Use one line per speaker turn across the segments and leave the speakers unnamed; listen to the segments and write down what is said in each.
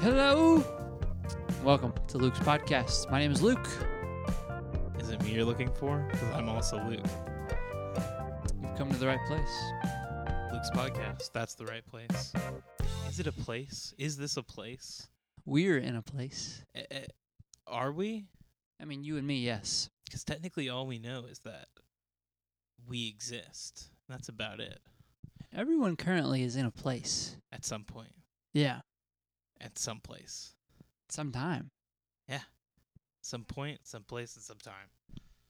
Hello. Welcome to Luke's podcast. My name is Luke.
Is it me you're looking for? Because I'm also Luke.
You've come to the right place.
Luke's podcast. That's the right place. Is it a place? Is this a place?
We're in a place.
Eh, eh, Are we?
I mean, you and me, yes.
Because technically, all we know is that we exist. That's about it.
Everyone currently is in a place.
At some point,
Yeah.
at some place,
Sometime.
some point, some place, and some time,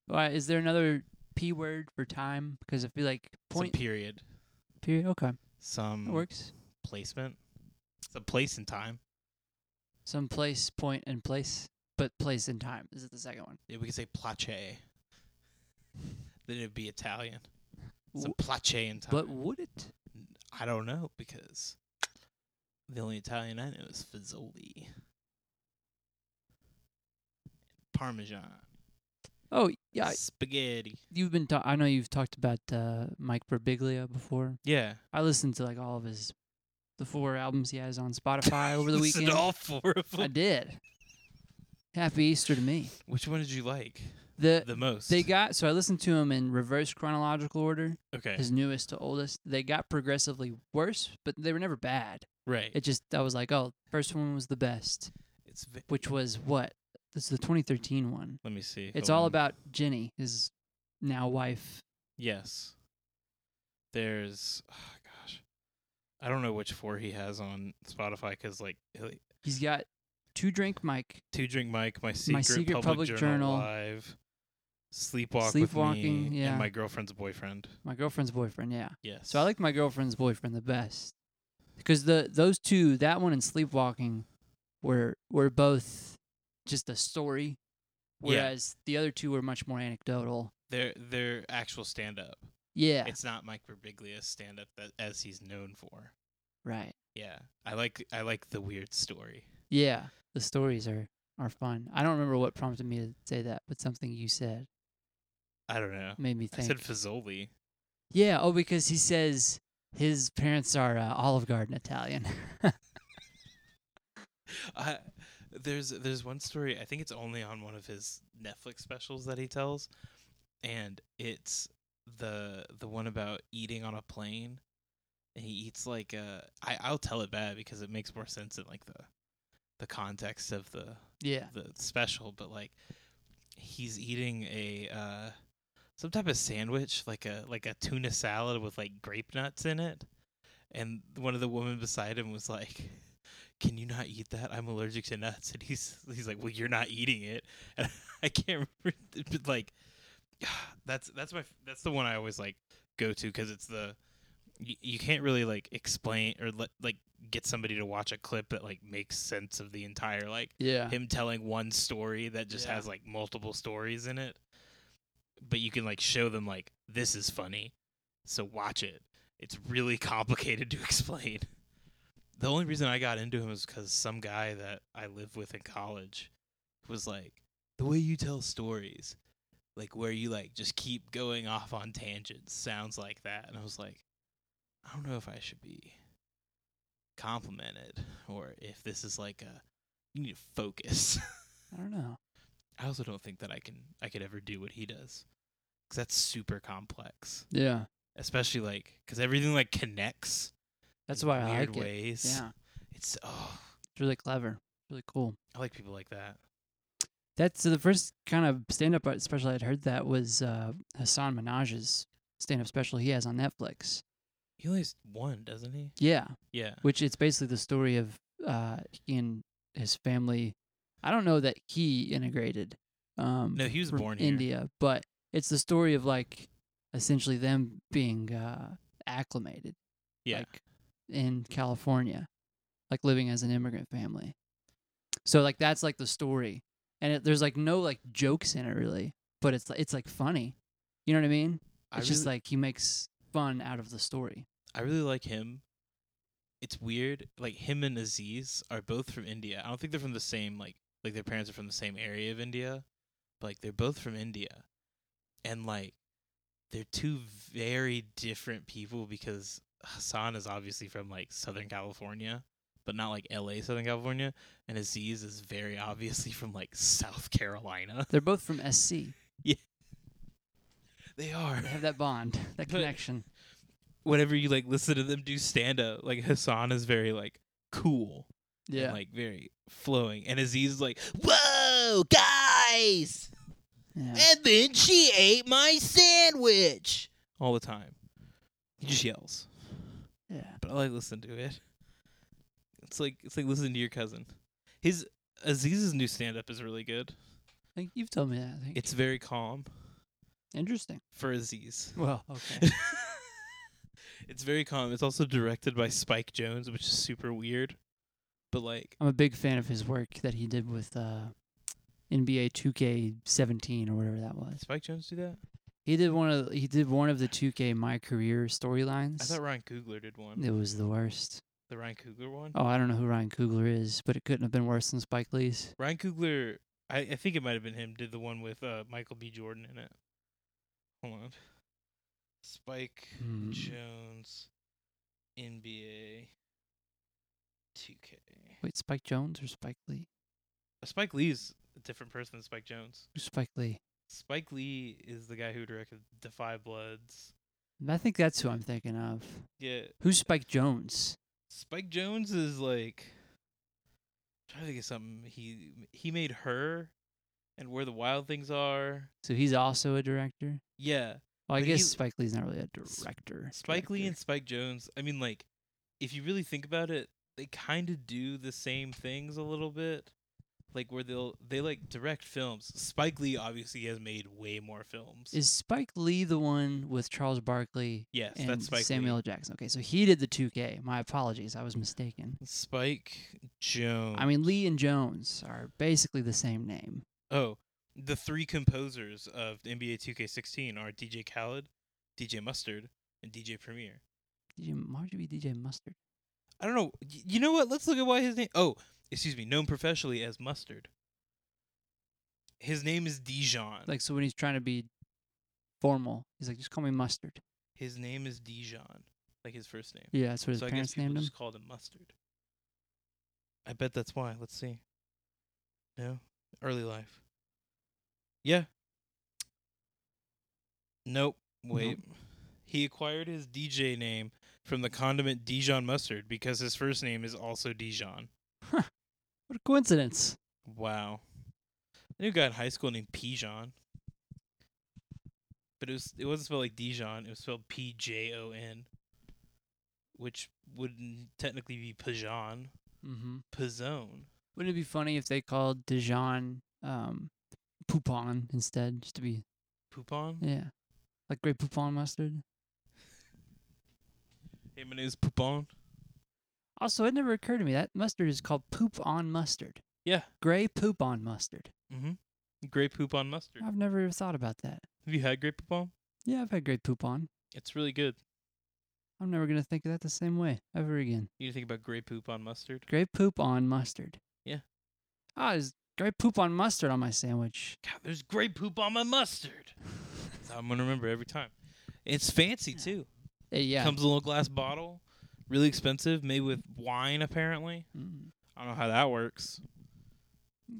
Why is there another P word for time? Because I feel like
some
point
period,
period. Okay. That
some
works.
placement, some place and time.
Some place, point, and place. But place and time. This is the second one.
Yeah, we could say place. Then it'd be Italian. Some
W-
place and time.
But would it?
I don't know because the only Italian I know is Fazoli. Parmesan.
Oh, yeah. I-
Spaghetti.
You've been. Ta- I know you've talked about uh, Mike Birbiglia before.
Yeah.
I listened to like all of his the four albums he has on Spotify over the
Listen to
weekend.
all four of
I
them.
did. Happy Easter to me.
Which one did you like
The
the most?
they got so I listened to him in reverse chronological order,
okay.
his newest to oldest. They got progressively worse, but they were never bad.
right.
It just I was like, oh, first one was the best,
it's ve-
which was what? This is the 2013 one.
Let me see.
It's
Hold
all
on.
about Jenny, his now wife.
Yes. There's oh gosh. I don't know which four he has on Spotify because like he'll-
He's got Two Drink Mike,
Two Drink Mike, My Secret,
Secret Public
Public, Journal,
Journal.
Live, Sleepwalk
Sleepwalking,
with me,
yeah.
and My Girlfriend's Boyfriend.
my girlfriend's boyfriend. Yeah.
Yes.
So I like my girlfriend's boyfriend the best because the those two, that one and Sleepwalking, were were both just a story, whereas the other two were much more anecdotal.
their their actual stand up.
Yeah,
It's not Mike Birbiglia's stand up that as he's known for.
right.
Yeah. I like I like the weird story.
Yeah, the stories are are fun. I don't remember what prompted me to say that, but something you said
I don't know.
made me
I
think.
said Fazoli.
yeah. Oh, because he says his parents are uh, Olive Garden Italian.
I there's there's one story I think it's only on one of his Netflix specials that he tells, and it's the the one about eating on a plane, and he eats like a I I'll tell it bad because it makes more sense in like the the context of the
yeah.
the special, but like he's eating a uh, some type of sandwich, like a like a tuna salad with like grape nuts in it. And one of the women beside him was like, "Can you not eat that? I'm allergic to nuts." And he's he's like, "Well, you're not eating it." And I can't remember, but like that's that's my that's the one I always like go to because it's the you, you can't really like explain or let, like get somebody to watch a clip that like makes sense of the entire like
Yeah.
him telling one story that just
Yeah.
has like multiple stories in it. But you can like show them like this is funny, so watch it. It's really complicated to explain. The only reason I got into him is because some guy that I lived with in college was like, the way you tell stories, like where you like just keep going off on tangents, sounds like that. And I was like, I don't know if I should be complimented or if this is like a you need to focus.
I don't know.
I also don't think that I can I could ever do what he does. 'Cause that's super complex,
Yeah.
especially like because everything like connects.
That's
in
why I
weird
like it.
ways.
Yeah.
it's oh,
It's really clever. Really cool.
I like people like that.
That's so the first kind of stand up special I'd heard that was uh, Hassan Minaj's stand up special he has on Netflix.
He only has one, doesn't he?
Yeah.
Yeah,
Which it's basically the story of uh, he and his family. I don't know that he immigrated. Um,
No, he was
from
born here.
India, but it's the story of like essentially them being uh, acclimated.
yeah.
Like in California, like living as an immigrant family. So like that's like the story, and it, there's like no like jokes in it really, but it's it's like funny. You know what I mean? It's
I really,
just like he makes fun out of the story.
I really like him. It's weird. Like him and Aziz are both from India. I don't think they're from the same like like their parents are from the same area of India, but like they're both from India, and like they're two very different people because Hassan is obviously from like Southern California, but not like L.A. Southern California. And Aziz is very obviously from like South Carolina.
They're both from SC.
They are.
They have that bond, that
But-
connection.
Whenever you like listen to them do stand up, like Hassan is very like cool. and,
Yeah.
like very flowing. And Aziz is like, "Whoa, guys!"
yeah.
And then she ate my sandwich all the time. He just yells,
Yeah.
but I like listen to it. It's like it's like listening to your cousin. His Aziz's new stand up is really good.
I think you've told me that. I think.
It's very calm
Interesting.
for Aziz.
Well, okay.
It's very calm. It's also directed by Spike Jones, which is super weird. But like,
I'm a big fan of his work that he did with uh, NBA 2K17 or whatever that
did
was.
Spike Jones do that?
He did one of he did one of the 2K My Career
I
storylines.
thought Ryan Coogler did one.
It was the worst.
The Ryan Coogler one.
Oh, I don't know who Ryan Coogler is, but it couldn't have been worse than Spike Lee's.
Ryan Coogler, I, I think it might have been him, did the one with uh, Michael B. Jordan in it. Hold on. Spike
Hmm.
Jones, NBA 2K.
Wait, Spike Jones or Spike Lee?
Uh, Spike Lee's a different person than Spike Jones.
Who's Spike Lee?
Spike Lee is the guy who directed Defy Bloods.
I think that's who I'm thinking of.
Yeah,
Who's Spike Jones?
Spike Jones is like trying to think of something. He he made her, and Where the Wild Things Are.
So he's also a director.
Yeah,
Well, I
But
guess
he-
Spike Lee's not really a
S-
director.
Spike Lee and
director.
Spike Jones, I mean, like, if you really think about it, they kind of do the same things a little bit. Like, where they'll, they like direct films. Spike Lee obviously has made way more films.
is Spike Lee the one with Charles Barkley
yes,
and
that's Spike
Samuel
Lee.
L. Jackson? Okay, so he did the 2K. My apologies, I was mistaken.
Spike Jones.
I mean, Lee and Jones are basically the same name.
oh, the three composers of NBA 2K16 are DJ Khaled, DJ Mustard, and DJ Premier.
DJ, why would you be DJ Mustard?
I don't know. Y- you know what? Let's look at why his name. Oh, excuse me. Known professionally as Mustard. His name is Dijon.
Like, so when he's trying to be formal, he's like, just call me Mustard.
His name is Dijon, like his first name.
Yeah, that's what his
so I guess
parents
people
named him.
just called him Mustard. I bet that's why. Let's see. No, early life. Yeah. Nope. Wait. He acquired his DJ name from the condiment Dijon mustard because his first name is also Dijon.
What a coincidence.
Wow. I knew a guy in high school named Pijon. But it was it wasn't spelled like Dijon, it was spelled P J O N. Which wouldn't technically be Pijon.
Mm-hmm.
Pizone.
Wouldn't it be funny if they called Dijon um, Poupon instead, just to be,
Poupon?
yeah, like Great Poupon Mustard?
Hey, my name's Poupon.
Also, it never occurred to me that mustard is called poop on mustard.
Yeah.
Gray poop on mustard.
Mm-hmm. Grey Poupon mustard.
I've never even thought about that.
Have you had Grey Poupon?
Yeah, I've had gray poop on.
It's really good.
I'm never going to think of that the same way ever again.
You think about Grey Poupon mustard?
Gray poop on mustard.
Yeah.
Ah, there's gray poop on mustard on my sandwich.
God, there's Grey Poop on my mustard. I'm gonna remember every time. It's fancy
Yeah.
too.
Eh, yeah.
Comes in a little glass bottle, really expensive, made with wine apparently.
Mm,
I don't know how that works.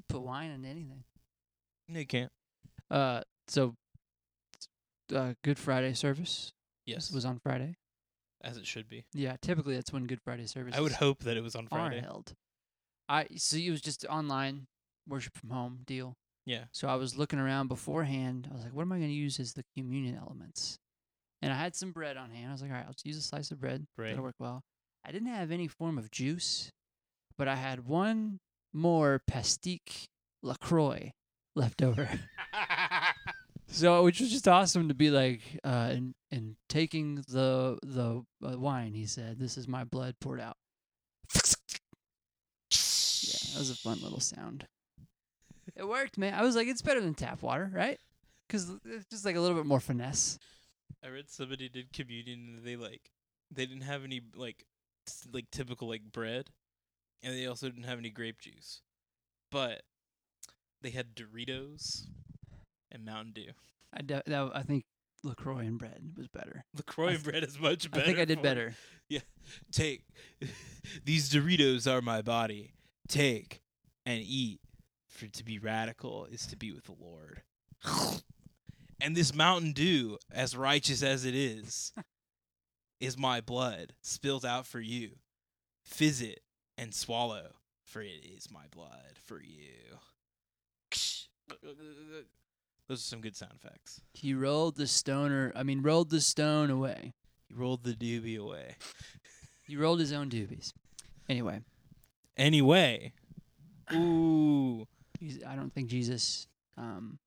put wine in anything.
No, you can't.
Uh, so, uh, Good Friday service
Yes,
was on Friday.
as it should be.
Yeah, typically that's when Good Friday service
I would hope that it was on
are
Friday.
held. I so it was just online worship from home deal.
Yeah,
So I was looking around beforehand. I was like, what am I going to use as the communion elements? And I had some bread on hand. I was like, all right, I'll just use a slice of bread.
right.
That'll work well. I didn't have any form of juice, but I had one more pastique LaCroix left over. so, which was just awesome to be like, uh, and, and taking the, the uh, wine, he said, this is my blood poured out. Yeah, that was a fun little sound. It worked, man. I was like, it's better than tap water, right? Because it's just like a little bit more finesse.
I read somebody did communion and they like they didn't have any like s- like typical like bread, and they also didn't have any grape juice, but they had Doritos and Mountain Dew.
I, de- that, I think Lacroix and bread was better.
LaCroix
I
and bread is much better.
I think I did
for-
better.
Take these Doritos are my body. Take and eat. For to be radical is to be with the Lord. And this Mountain Dew, as righteous as it is, is my blood spilled out for you. Fizz it and swallow, for it is my blood for you. Those are some good sound effects.
He rolled the stoner. I mean, rolled the stone away.
He rolled the doobie away.
He rolled his own doobies. Anyway,
Anyway. Ooh.
he's, I don't think Jesus um,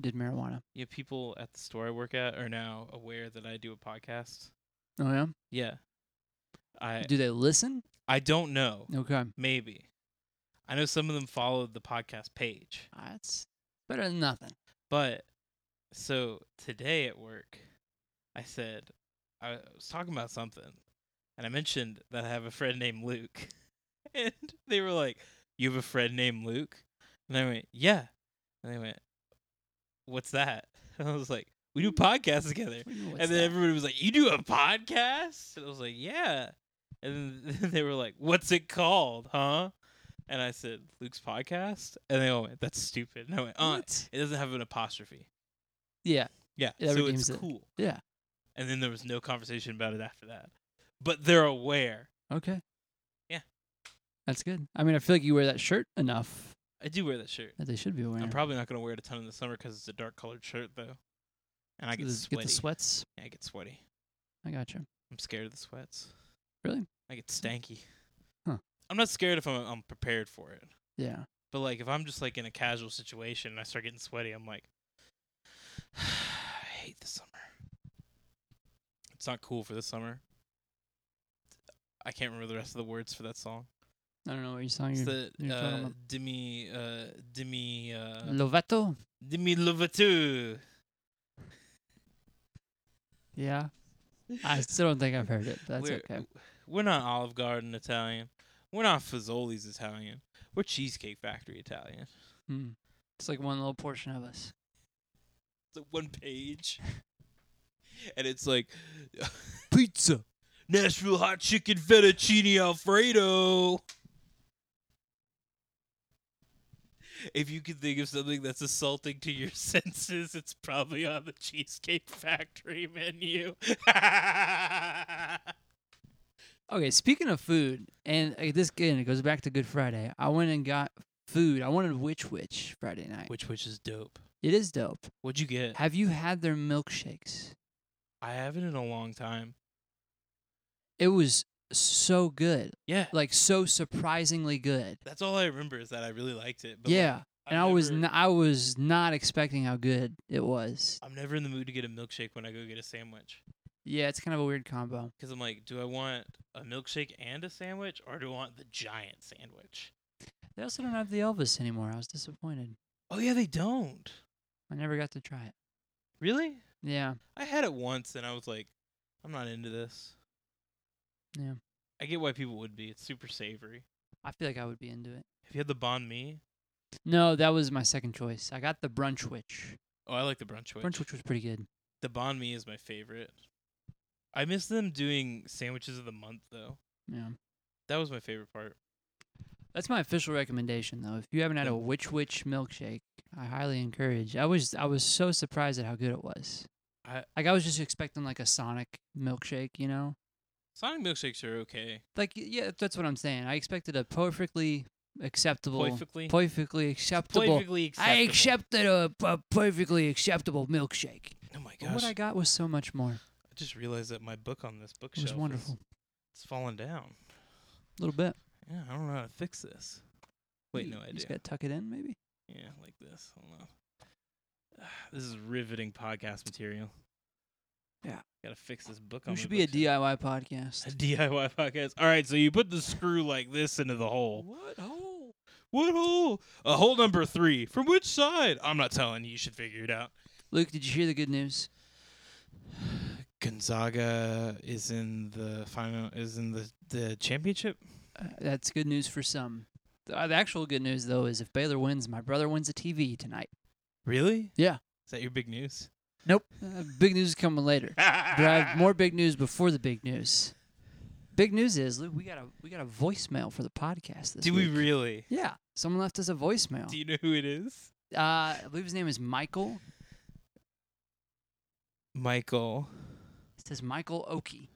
did marijuana.
Yeah, people at the store I work at are now aware that I do a podcast.
Oh yeah.
Yeah. I
Do they listen?
I don't know.
Okay.
Maybe. I know some of them followed the podcast page.
That's better than nothing.
But so today at work, I said I was talking about something and I mentioned that I have a friend named Luke. And they were like, "You have a friend named Luke?" And I went, "Yeah." And they went, "What's that?" And I was like, "We do podcasts together."
What do you mean, what's
and then
that?
everybody was like, "You do a podcast?" And I was like, "Yeah." And then they were like, "What's it called, huh?" And I said, "Luke's podcast." And they all went, "That's stupid." And I went, "Uh,
What?
it doesn't have an apostrophe."
Yeah.
Yeah,
Yeah,
so
redeems
it's
it.
cool.
Yeah.
And then there was no conversation about it after that. But they're aware.
Okay.
Yeah.
That's good. I mean, I feel like you wear that shirt enough
I do wear that shirt.
that they should be wearing.
I'm
it.
probably not going to wear it a ton in the summer because it's a dark colored shirt though, and I
So
get
this-
sweaty.
the sweats.
Yeah, I get sweaty.
I got you.
I'm scared of the sweats.
Really?
I get stanky.
Huh.
I'm not scared if I'm I'm prepared for it.
Yeah.
But like if I'm just like in a casual situation and I start getting sweaty, I'm like, I hate the summer. It's not cool for the summer. I can't remember the rest of the words for that song.
I don't know what you saw.
It's
You're,
the
you're talking
uh,
about Mm.
Demi uh, Demi uh,
Lovato.
Demi Lovato.
Yeah. I still don't think I've heard it. But that's
we're,
okay.
We're not Olive Garden Italian. We're not Fazoli's Italian. We're Cheesecake Factory Italian.
Hmm. It's like one little portion of us.
It's like one page. And it's like pizza, Nashville hot chicken fettuccine alfredo. If you can think of something that's assaulting to your senses, it's probably on the Cheesecake Factory menu.
Okay. Speaking of food, and uh, this again, it goes back to Good Friday. I went and got food. I wanted Witch Witch Friday night.
which which is dope.
It is dope.
What'd you get?
Have you had their milkshakes?
I haven't in a long time.
It was so good.
Yeah.
Like so surprisingly good.
That's all I remember is that I really liked it. But like,
yeah.
I've
and I was
never-
n- I was not expecting how good it was.
I'm never in the mood to get a milkshake when I go get a sandwich.
Yeah, it's kind of a weird combo.
Because I'm like, do I want a milkshake and a sandwich, or do I want the giant sandwich?
They also don't have the Elvis anymore. I was disappointed.
Oh yeah, they don't.
I never got to try it.
Really?
Yeah.
I had it once, and I was like, I'm not into this.
Yeah.
I get why people would be. It's super savory.
I feel like I would be into it.
Have you had the banh mi?
No, that was my second choice. I got the brunch witch.
Oh, I like the brunch witch.
Brunch witch was pretty good.
The banh mi is my favorite. I miss them doing sandwiches of the month though.
Yeah.
That was my favorite part.
That's my official recommendation though. If you haven't had a
Mm.
witch witch milkshake, I highly encourage. I was I was so surprised at how good it was.
I-
like I was just expecting like a Sonic milkshake, you know?
Sonic milkshakes are okay.
Like y- yeah, that's what I'm saying. I expected a perfectly acceptable
Perfectly.
perfectly acceptable
Perfectly
I
acceptable.
accepted a, a perfectly acceptable milkshake.
Oh my
But
gosh!
what I
I
got was so much more.
just realized that my book on this
It
bookshelf
was wonderful.
Is, it's fallen down.
A little bit.
Yeah, I don't know how to fix this. Wait,
You-
no
you
idea.
Just got to tuck it in, maybe.
Yeah, like this. Hold on. This is riveting podcast material.
Yeah.
Gotta fix this book. on
We
my
should be a
bookshelf.
DIY podcast.
A DIY podcast. All right, so you put the screw like this into the hole.
What Oh. hole?
What hole? A hole number three. From which side? I'm not telling you. You should figure it out.
Luke, did you hear the good news?
Gonzaga is in the final. Is in the the championship.
Uh, that's good news for some. The, uh, the actual good news though is if Baylor wins, my brother wins a TV tonight.
Really?
Yeah.
Is that your big news?
Nope. Uh, big news is coming later. But I have more big news before the big news. Big news is Luke, we got a we got a voicemail for the podcast this
Do we
week.
really?
Yeah, someone left us a voicemail.
Do you know who it is?
uh, I believe his name is Michael.
Michael.
It says Michael Oki.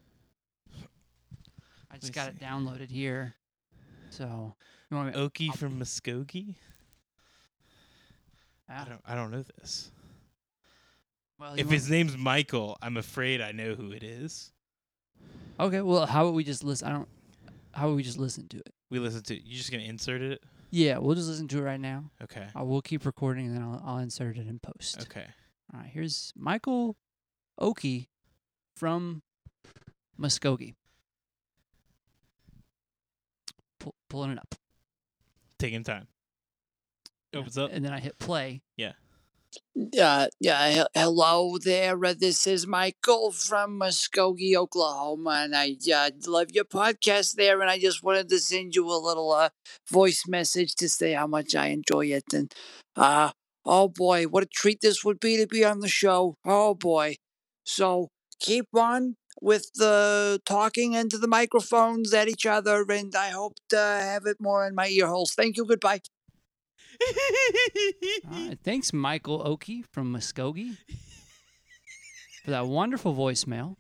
I just
me
got
see.
it downloaded here. So you want me,
Okie
I'll-
from Muskogee? I
Ah,
don't I don't know this.
well, you
If
want-
his name's Michael, I'm afraid I know who it is.
okay, well, how would we just listen? I don't. How would we just listen to it?
We listen to you just gonna insert it?
Yeah, we'll just listen to it right now.
Okay.
I will keep recording, and then I'll, I'll insert it in post.
Okay.
All right, here's Michael Oki from Muskogee. Pull, pulling it up.
Taking time. Oh, what's up?
And then I hit play.
Uh, yeah, he- hello there. Uh, This is Michael from Muskogee, Oklahoma, and I uh, love your podcast there. And I just wanted to send you a little uh, voice message to say how much I enjoy it. And uh, oh boy, what a treat this would be to be on the show. Oh boy. So keep on with the talking into the microphones at each other, and I hope to have it more in my ear holes. Thank you. Goodbye.
All right, thanks, Michael Oki from Muskogee, for that wonderful voicemail.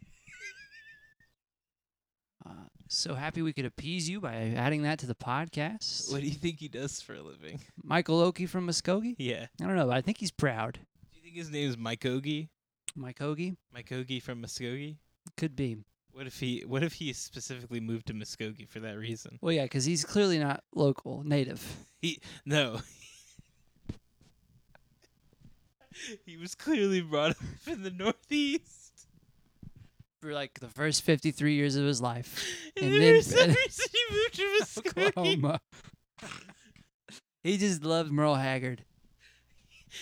Uh, so happy we could appease you by adding that to the podcast.
What do you think he does for a living?
Michael Oki from Muskogee?
Yeah.
I don't know, but I think he's proud.
Do you think his name is Mike Ogie?
Mike Oki?
Mike Ogie from Muskogee?
Could be.
What if he what if he specifically moved to Muskogee for that reason?
Well, yeah, because he's clearly not local, native.
He no. he was clearly brought up in the Northeast.
for like the first 53 years of his life.
And,
And
then,
then-
for some reason he moved to Muskogee.
Oklahoma. he just loved Merle Haggard.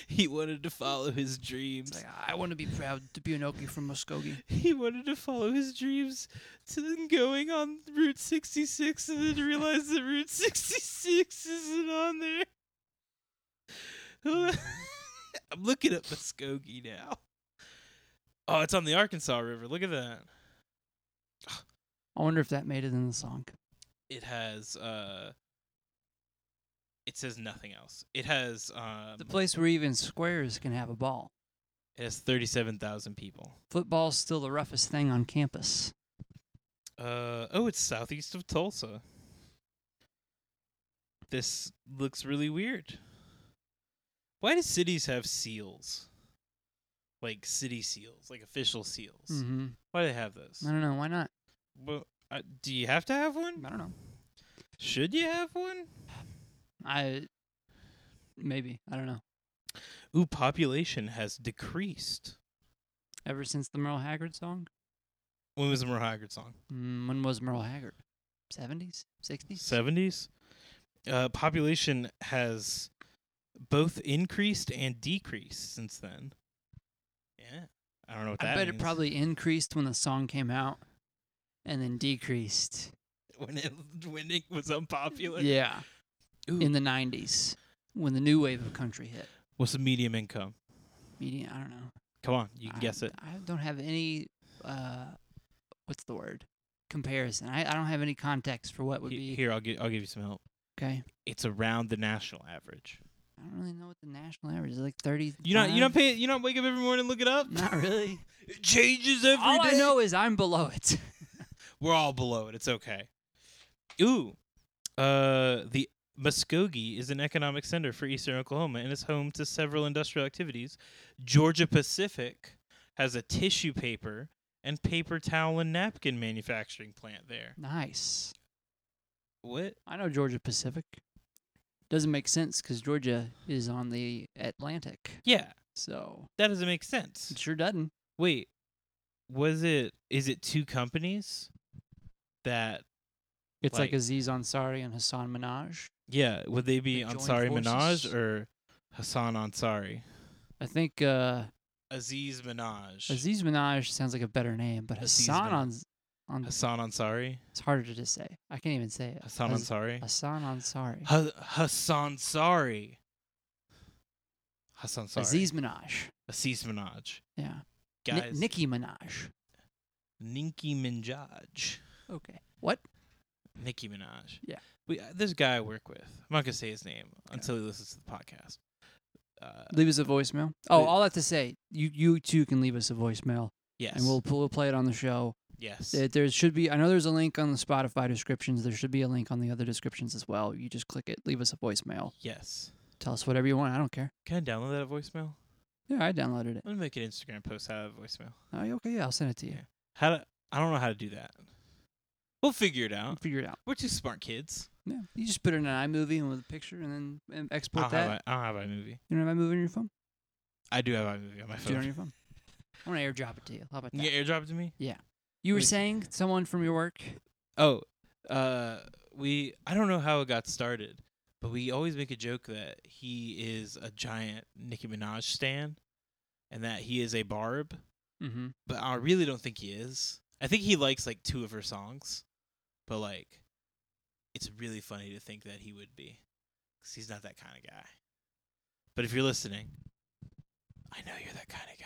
He wanted to follow his
It's
dreams.
like, I want to be proud to be an Okie from Muskogee.
he wanted to follow his dreams to then going on Route 66 and then realize that Route 66 isn't on there. I'm looking up Muskogee now. Oh, it's on the Arkansas River. Look at that.
I wonder if that made it in the song.
It has uh it says nothing else. It has um
The place where even squares can have a ball.
it has 37,000 people.
Football's still the roughest thing on campus.
Uh oh, it's southeast of Tulsa. This looks really weird. Why do cities have seals? Like city seals, like official seals.
Mm-hmm.
Why do they have those?
I don't know. Why not?
Well, uh, do you have to have one?
I don't know.
Should you have one?
I maybe I don't know.
Ooh, population has decreased.
Ever since the Merle Haggard song,
When was the Merle Haggard song?
mm, when was Merle Haggard? 70s, 60s.
70s? Uh, population has both increased and decreased since then. Yeah. I don't know what that
I bet it
means.
probably increased when the song came out and then decreased.
when it when it was unpopular.
yeah.
Ooh.
In the 90s when the new wave of country hit.
What's the medium income?
Median, I don't know.
Come on, you can
I-
guess it.
I don't have any, uh, what's the word? Comparison. I, I don't have any context for what would
He-
be.
Here, I'll give I'll give you some help.
Okay.
It's around the national average.
I don't really know what the national average is like 30.
You not you not pay you not wake up every morning and look it up.
Not really.
It changes every day.
All I know is I'm below it.
We're all below it. It's okay. Ooh, uh, the Muskogee is an economic center for eastern Oklahoma and is home to several industrial activities. Georgia Pacific has a tissue paper and paper towel and napkin manufacturing plant there.
nice.
What?
I know Georgia Pacific. Doesn't make sense because Georgia is on the Atlantic.
Yeah,
So
that doesn't make sense.
it sure doesn't.
Wait, was it? Is it two companies? That
It's like,
Like-
Aziz Ansari and Hassan Minaj.
yeah, would they
They
be
joined
Ansari
forces.
Minaj or Hassan Ansari?
I think uh,
Aziz Minaj.
Aziz Minaj sounds like a better name, but
Aziz
Hassan on,
Minaj.
on
Hassan Ansari.
it's harder to just say. I can't even say it.
Hassan
Az-
Ansari.
Hassan Ansari.
Ha- Hassan Sari. Hassan Sari.
Aziz Minaj.
Aziz Minaj.
Yeah. Ni-
Guys.
Nicki Minaj.
Nicki Minaj.
Okay. What?
Nicki Minaj.
Yeah.
We, uh, there's a guy I work with. I'm not going to say his name until he listens to the podcast. Uh,
Leave us a voicemail. Oh,
leave-
all I have to say, you you too can leave us a voicemail,
yes.
and we'll we'll play it on the show.
Yes.
There, there should be. I know there's a link on the Spotify descriptions. There should be a link on the other descriptions as well. You just click it. Leave us a voicemail.
yes.
Tell us whatever you want. I don't care.
Can I download that voicemail?
Yeah, I downloaded it.
I'm going to make an Instagram post out of that voicemail.
Oh, yeah, okay, yeah, I'll send it to you.
Yeah. How to, I don't know how to do that. We'll figure it
I'll
out.
figure it out.
We're two smart kids.
Yeah, you just put it in an iMovie and with a picture, and then and
I
export
don't,
that.
have, I, I don't have iMovie.
You don't have iMovie on your phone?
I do have iMovie on my
Do it on
phone.
your phone. I'm gonna airdrop it to you. How about that?
You can airdrop it to me?
You were
Wait.
saying someone from your work.
Oh, uh, we I don't know how it got started, but we always make a joke that he is a giant Nicki Minaj stan, and that he is a Barb.
Mm-hmm.
But I really don't think he is. I think he likes like two of her songs, but like, it's really funny to think that he would be, 'cause he's not that kind of guy. But if you're listening, I know you're that kind of guy.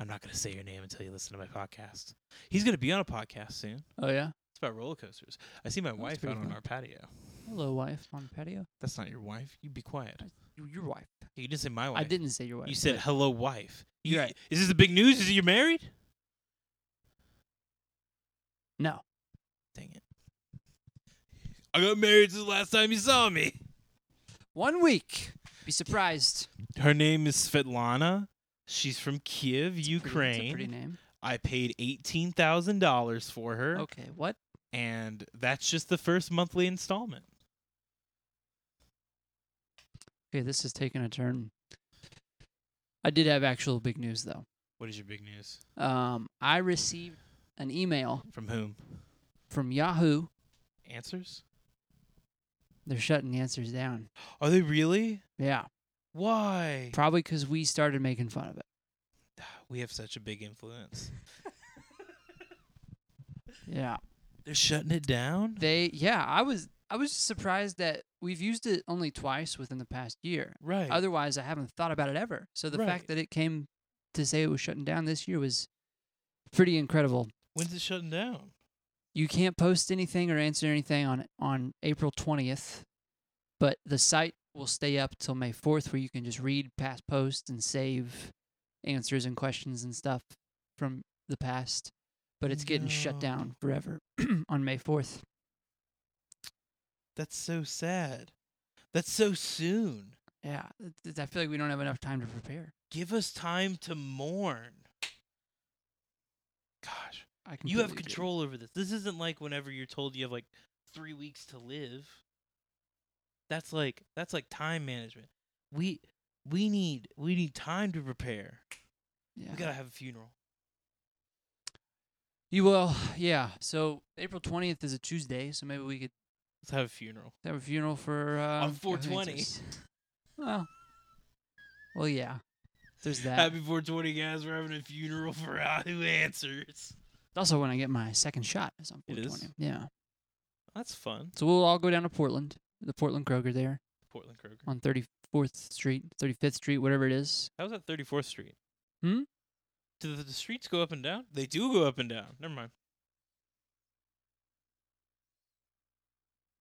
I'm not gonna say your name until you listen to my podcast. He's gonna be on a podcast soon.
Oh yeah.
It's about roller coasters. I see my wife
pretty
out on
fun.
our patio.
Hello, wife on patio.
That's not your wife. You be quiet.
You- Your wife.
You didn't say my wife.
I didn't say your wife.
You said
but-
hello, wife. You,
You're right.
Is this the big news? Is it you're married?
no.
Dang it! I got married since the last time you saw me.
One week. Be surprised.
Her name is Svetlana. She's from Kiev,
Pretty, it's a
Ukraine.
pretty name.
I paid eighteen thousand dollars for her,
Okay. What?
and that's just the first monthly installment.
Okay, this is taking a turn. I did have actual big news though.
What is your big news?
Um, I received an email
From whom?
from Yahoo.
Answers?
They're shutting answers down.
Are they really?
Yeah,
Why?
probably because we started making fun of it.
We have such a big influence.
Yeah,
They're shutting it down.
they. Yeah, I was. I was surprised that we've used it only twice within the past year.
Right.
Otherwise, I haven't thought about it ever. So the
Right.
fact that it came to say it was shutting down this year was pretty incredible.
When's it shutting down?
You can't post anything or answer anything on on April 20th, but the site will stay up till May 4th where you can just read past posts and save answers and questions and stuff from the past, but it's getting shut
No.
down forever on May 4th.
That's so sad. That's so soon.
Yeah, th- th- I feel like we don't have enough time to prepare.
Give us time to mourn. Gosh,
I can
you have control over this. This isn't like whenever you're told you have like three weeks to live. That's like that's like time management. We we need we need time to prepare.
Yeah.
We gotta have a funeral.
You will. Yeah. So April 20th is a Tuesday, so maybe we could
Let's have a funeral.
have a funeral for uh
420.
Well. Well, yeah. There's that.
Happy 420, guys. We're having a funeral for uh, who answers.
also when I get my second shot is on
It is?
420. Yeah.
That's fun.
So we'll all go down to Portland, the Portland Kroger there
Portland Kroger.
on 34th Street, 35th Street, whatever it is.
How's that 34th Street?
Hmm?
Do the, the streets go up and down? They do go up and down. Never mind.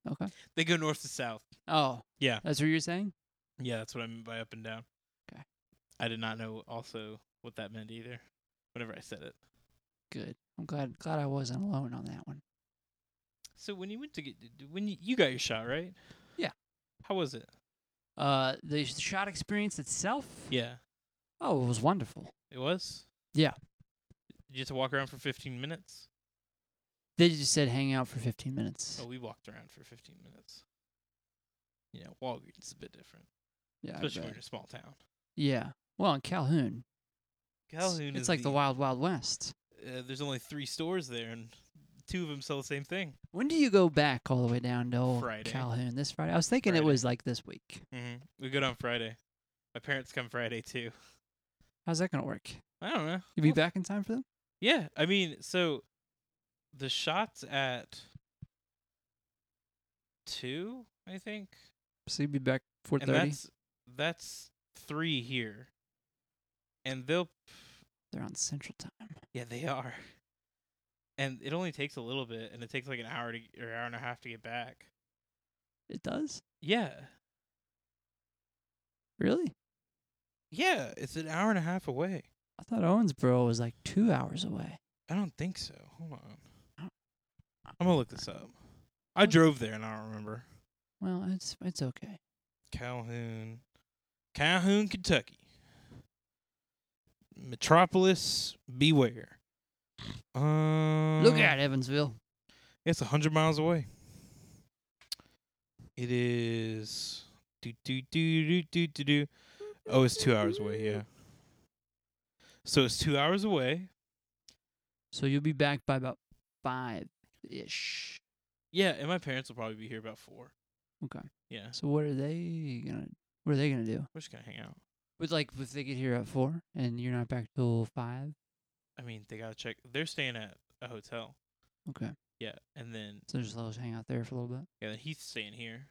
Okay.
They go north to south.
Oh.
Yeah.
That's what you're saying?
Yeah, that's what I meant by up and down.
'Kay.
I did not know also what that meant either. Whenever I said it.
Good. I'm glad glad I wasn't alone on that one.
So when you went to get when you, you got your shot, right?
Yeah.
How was it?
Uh the sh- shot experience itself?
Yeah.
Oh, it was wonderful.
It was?
Yeah.
Did you have to walk around for 15 minutes?
They just said hang out for 15 minutes.
Oh, we walked around for 15 minutes. You know, Walgreens is a bit different,
yeah. I
especially
bet.
when you're in a small town.
Yeah. Well, in Calhoun. it's-
Calhoun
it's
is
like the, Wild Wild West.
uh, there's only three stores there, and two of them sell the same thing.
When do you go back all the way down to old
Friday.
Calhoun? This Friday? I was thinking it
Friday.
was like this week.
Mm-hmm. We go on Friday. My parents come Friday too.
How's that gonna work?
I don't know.
You be
We'll-
back in time for them?
Yeah, I mean, so the shots at two, I think,
So you'd be back four
and
thirty.
that's that's three here, and they'll
They're on Central Time.
yeah they are, and it only takes a little bit, and it takes like an hour to or hour and a half to get back.
It does
Yeah,
really.
yeah, it's an hour and a half away.
I thought Owensboro was like two hours away.
I don't think so. Hold on, I'm gonna look this up. I drove there and I don't remember
Well, it's it's okay.
Calhoun, Calhoun, Kentucky. Metropolis, beware. Um,
Look out, Evansville.
It's a hundred miles away. It is do do do do do do do. Oh, it's two hours away. Yeah. So it's two hours away.
So you'll be back by about five ish.
Yeah, and my parents will probably be here about four.
Okay.
Yeah,
So what are they gonna what are they gonna do?
we're just gonna hang out.
With like if they get here at four and you're not back till five.
I mean, they gotta check. They're staying at a hotel.
Okay.
Yeah, and then
So just let us hang out there for a little bit.
yeah, then he's staying here,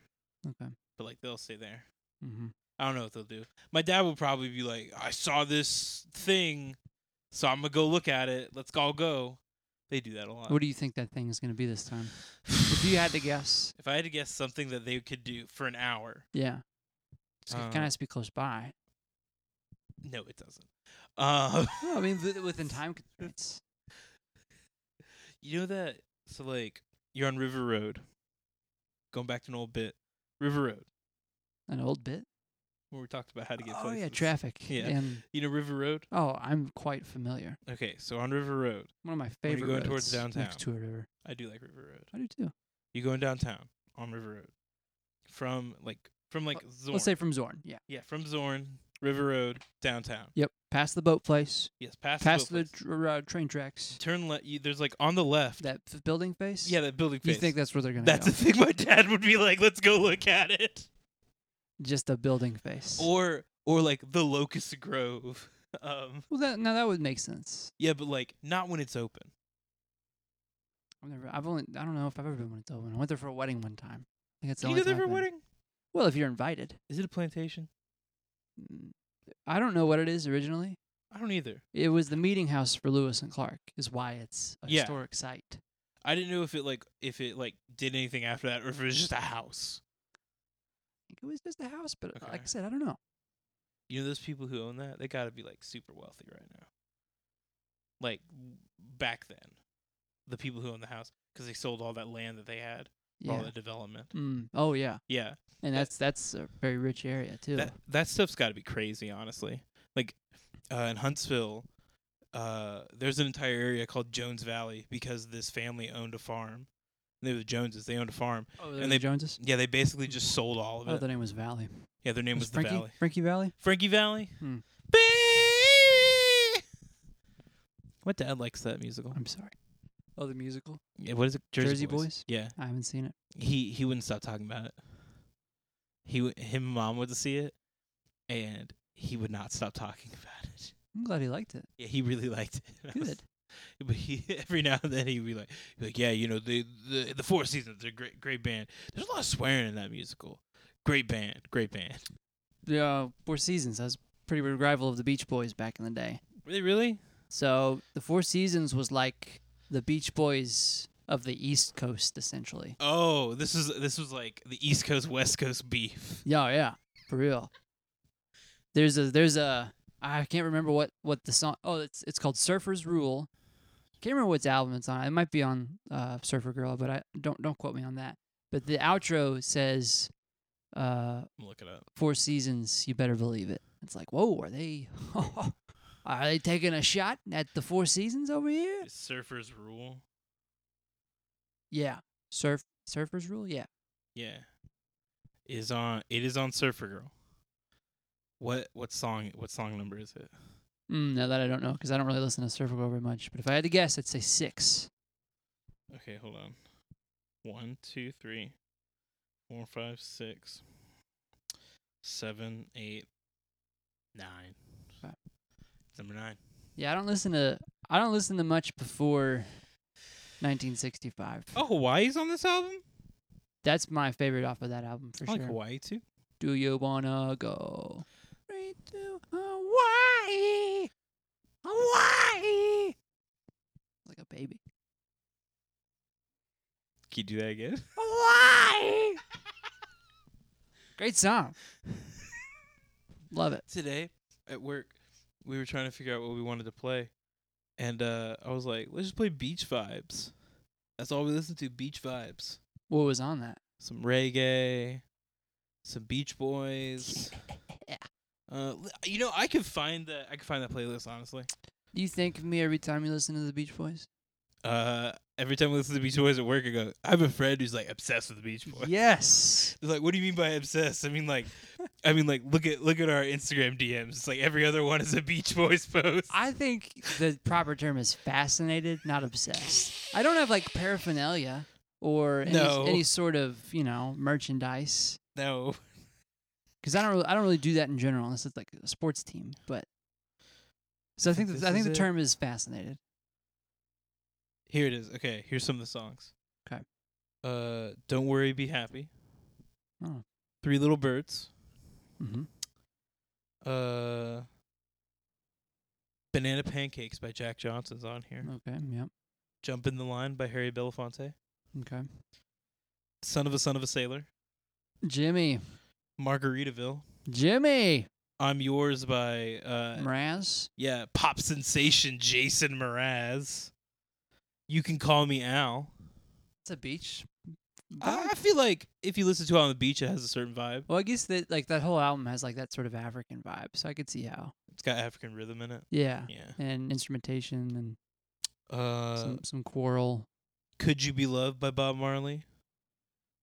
Okay.
but like they'll stay there.
Mm-hmm.
I don't know what they'll do. My dad will probably be like, I saw this thing, so I'm gonna go look at it. Let's all go. They do that a lot.
What do you think that thing is gonna be this time? If you had to guess.
If I had to guess something that they could do for an hour,
Yeah. So it
Uh,
kinda has to be close by.
no, it doesn't. Um,
Well, I mean wi- within time constraints.
you know that. So like, you're on River Road. Going back to an old bit, River Road,
An old bit.
where we talked about how to get.
Oh
places.
yeah, traffic.
Yeah.
And
You know River Road.
oh, I'm quite familiar.
Okay, so on River Road,
One of my
you're
favorite
going towards
roads
downtown.
Next to a river.
I do like River Road.
I do too.
You going downtown on River Road, from like from like Zorn.
Let's say from Zorn. Yeah.
yeah, from Zorn, River Road, downtown.
Yep. Past the boat place.
Yes, past,
past
the,
the
boat place.
tr- uh, train tracks.
turn left. There's like on the left.
That f- building face.
yeah, that building.
You
face.
think that's where they're gonna
That's
go?
the thing my dad would be like, let's go look at it.
Just a building face.
Or or like the locust grove. Um
well, that now that would make sense.
yeah, but like not when it's open.
I've never. I've only. I don't know if I've ever been when it's open. I went there for a wedding one time. I think that's the
you
only
go there
time
for a
I've been.
wedding?
Well, if you're invited.
Is it a plantation?
Mm, I don't know what it is originally.
I don't either.
It was the meeting house for Lewis and Clark. Is why it's a
Yeah.
historic site.
I didn't know if it like if it like did anything after that or if it was just a house.
I think it was just a house, but uh,
Okay.
like I said, I don't know.
You know those people who own that? They gotta be like super wealthy right now. Like w- back then. The people who own the house because they sold all that land that they had for all
Yeah.
the development.
Mm. Oh yeah,
Yeah.
and that's that's a very rich area too.
That that stuff's got to be crazy, honestly. Like uh, in Huntsville, uh, there's an entire area called Jones Valley because this family owned a farm. They were the Joneses. They owned a farm.
oh,
and
there's
they-
Joneses.
Yeah, they basically just sold all of
Oh,
it.
the name was Valley.
yeah, their name was, the
Frankie?
Valley.
Frankie Valley.
Frankie Valley.
Hmm.
Baby! My dad likes that musical.
I'm sorry. Oh, the musical.
Yeah, what is it? Jersey,
Jersey
Boys. Mm-hmm.
Boys?
Yeah,
I haven't seen it.
he he wouldn't stop talking about it. He w- him and mom went to see it, and he would not stop talking about it.
I'm glad he liked it.
Yeah, he really liked it. And I was-
Good.
but he every now and then he'd be like, he'd be like, yeah, you know, the the the Four Seasons, they're a great great band. There's a lot of swearing in that musical. Great band, great band.
The uh, Four Seasons. That was pretty big rival of the Beach Boys back in the day.
Really, really?
So the Four Seasons was like the Beach Boys of the East Coast, essentially.
Oh, this is this was like the East Coast West Coast beef.
Yeah, oh, yeah, for real. There's a there's a I can't remember what what the song. Oh, it's it's called Surfer's Rule. Can't remember what album it's on. It might be on uh, Surfer Girl, but I don't don't quote me on that. But the outro says. Uh,
I'm looking up.
Four Seasons, you better believe it. It's like, whoa, are they are they taking a shot at the Four Seasons over here?
Is Surfer's Rule.
Yeah, surf surfers rule. Yeah,
Yeah, is on. It is on Surfer Girl. What what song? What song number is it?
mm, now that I don't know because I don't really listen to Surfer Girl very much. But if I had to guess, I'd say six.
Okay, hold on. One, two, three, four, five, six, seven, eight, nine.
Right.
Number nine.
Yeah, I don't listen to I don't listen to much before 1965.
Oh, Hawaii's on this album.
That's my favorite off of that album for
I like
sure.
Hawaii too.
Do you wanna go? to Hawaii. Hawaii. Like a baby.
Can you do that again?
Hawaii. Great song. Love it.
Today at work, we were trying to figure out what we wanted to play, and uh, I was like, "Let's just play Beach Vibes." That's all we listen to. Beach Vibes.
What was on that?
Some reggae, some Beach Boys. Uh, li- you know, I could find that. I could find that playlist honestly.
Do you think of me every time you listen to the Beach Boys?
Uh, every time I listen to Beach Boys at work, I go, "I have a friend who's like obsessed with the Beach Boys."
Yes.
It's like, what do you mean by obsessed? I mean like, I mean like, look at look at our Instagram DMs. It's like every other one is a Beach Boys post.
I think the proper term is fascinated, not obsessed. I don't have like paraphernalia or any,
No.
any sort of you know merchandise
no,
because I don't really, I don't really do that in general unless it's like a sports team. But so I
think
think the,
this
I think
is
the
it?
term is fascinated.
here it is. Okay, here's some of the songs.
'Kay.
Uh, don't worry, be happy.
Oh.
Three little birds.
hmm
Uh, banana pancakes by Jack Johnson's on here.
Okay. Yep.
Jump in the line by Harry Belafonte.
Okay.
Son of a son of a sailor.
Jimmy.
Margaritaville.
Jimmy.
I'm yours by uh,
Mraz.
Yeah, pop sensation Jason Mraz. You can call me Al.
It's a beach.
I, I feel like if you listen to it on the beach, it has a certain vibe.
Well, I guess that like that whole album has like that sort of African vibe, so I could see how.
It's got African rhythm in it.
Yeah.
Yeah.
And instrumentation and
Uh,
some some choral.
Could you be loved by Bob Marley?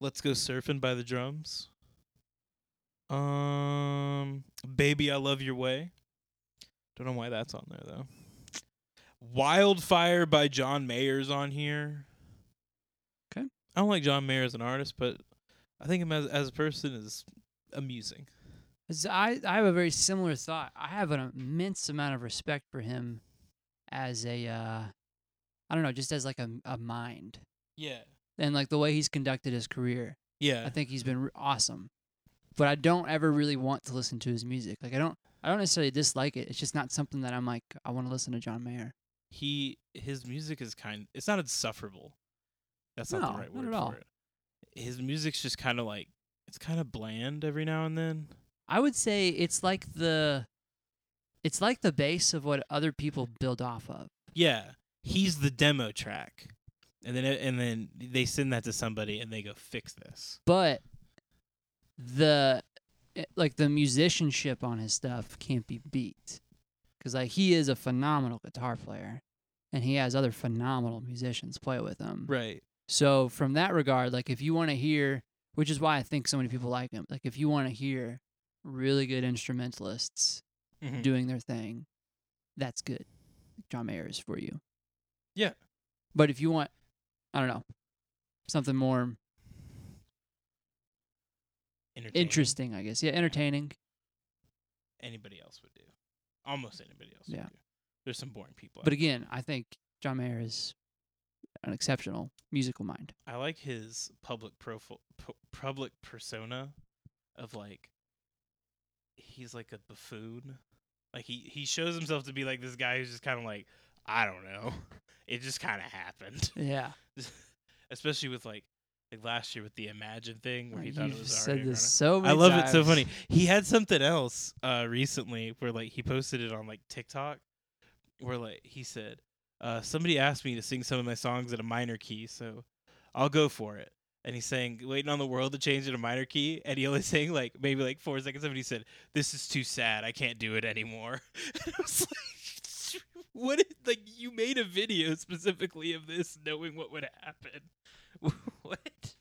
Let's go surfing by the drums. Um, baby, I love your way. Don't know why that's on there though. Wildfire by John Mayer's on here.
'Kay.
I don't like John Mayer as an artist, but I think him as as a person is amusing.
'Cause I I have a very similar thought. I have an immense amount of respect for him as a uh, I don't know, just as like a a mind
Yeah.
and like the way he's conducted his career. I
Yeah.
think he's been r awesome. But I don't ever really want to listen to his music. Like I don't I don't necessarily dislike it. It's just not something that I'm like I want to listen to John Mayer.
He his music is kind it's not insufferable. That's not
No,
the right
not
word
at all.
for it. His music's just kind of like it's kind of bland every now and then.
I would say it's like the it's like the base of what other people build off of.
Yeah, he's the demo track, and then and then they send that to somebody, and they go fix this.
But the eh, like the musicianship on his stuff can't be beat. Cuz like he is a phenomenal guitar player and he has other phenomenal musicians play with him.
Right.
So from that regard, like if you want to hear, which is why I think so many people like him, like if you want to hear really good instrumentalists
Hmm. Mm-hmm.
doing their thing, that's good. John Mayer is for you.
Yeah.
But if you want, I don't know, something more interesting, I guess. Yeah, entertaining.
Anybody else would do. Almost anybody else.
Yeah.
Would do. There's some boring people.
But
out
again, I think John Mayer is an exceptional musical mind.
I like his public profile, pu- public persona, of like. He's like a buffoon, like he he shows himself to be like this guy who's just kind of like I don't know, it just kind of happened.
Yeah.
Especially with like like last year with the Imagine thing where he
You've
thought it was
said
already
this so
I
many
love it so
times.
funny. He had something else uh recently where like he posted it on like TikTok where like he said, uh somebody asked me to sing some of my songs at a minor key, so I'll go for it. And he's saying, waiting on the world to change it to minor key, and he only sang like maybe like four seconds of it. He said, "This is too sad. I can't do it anymore." And I was like, "What? Is, like you made a video specifically of this, knowing what would happen? what?"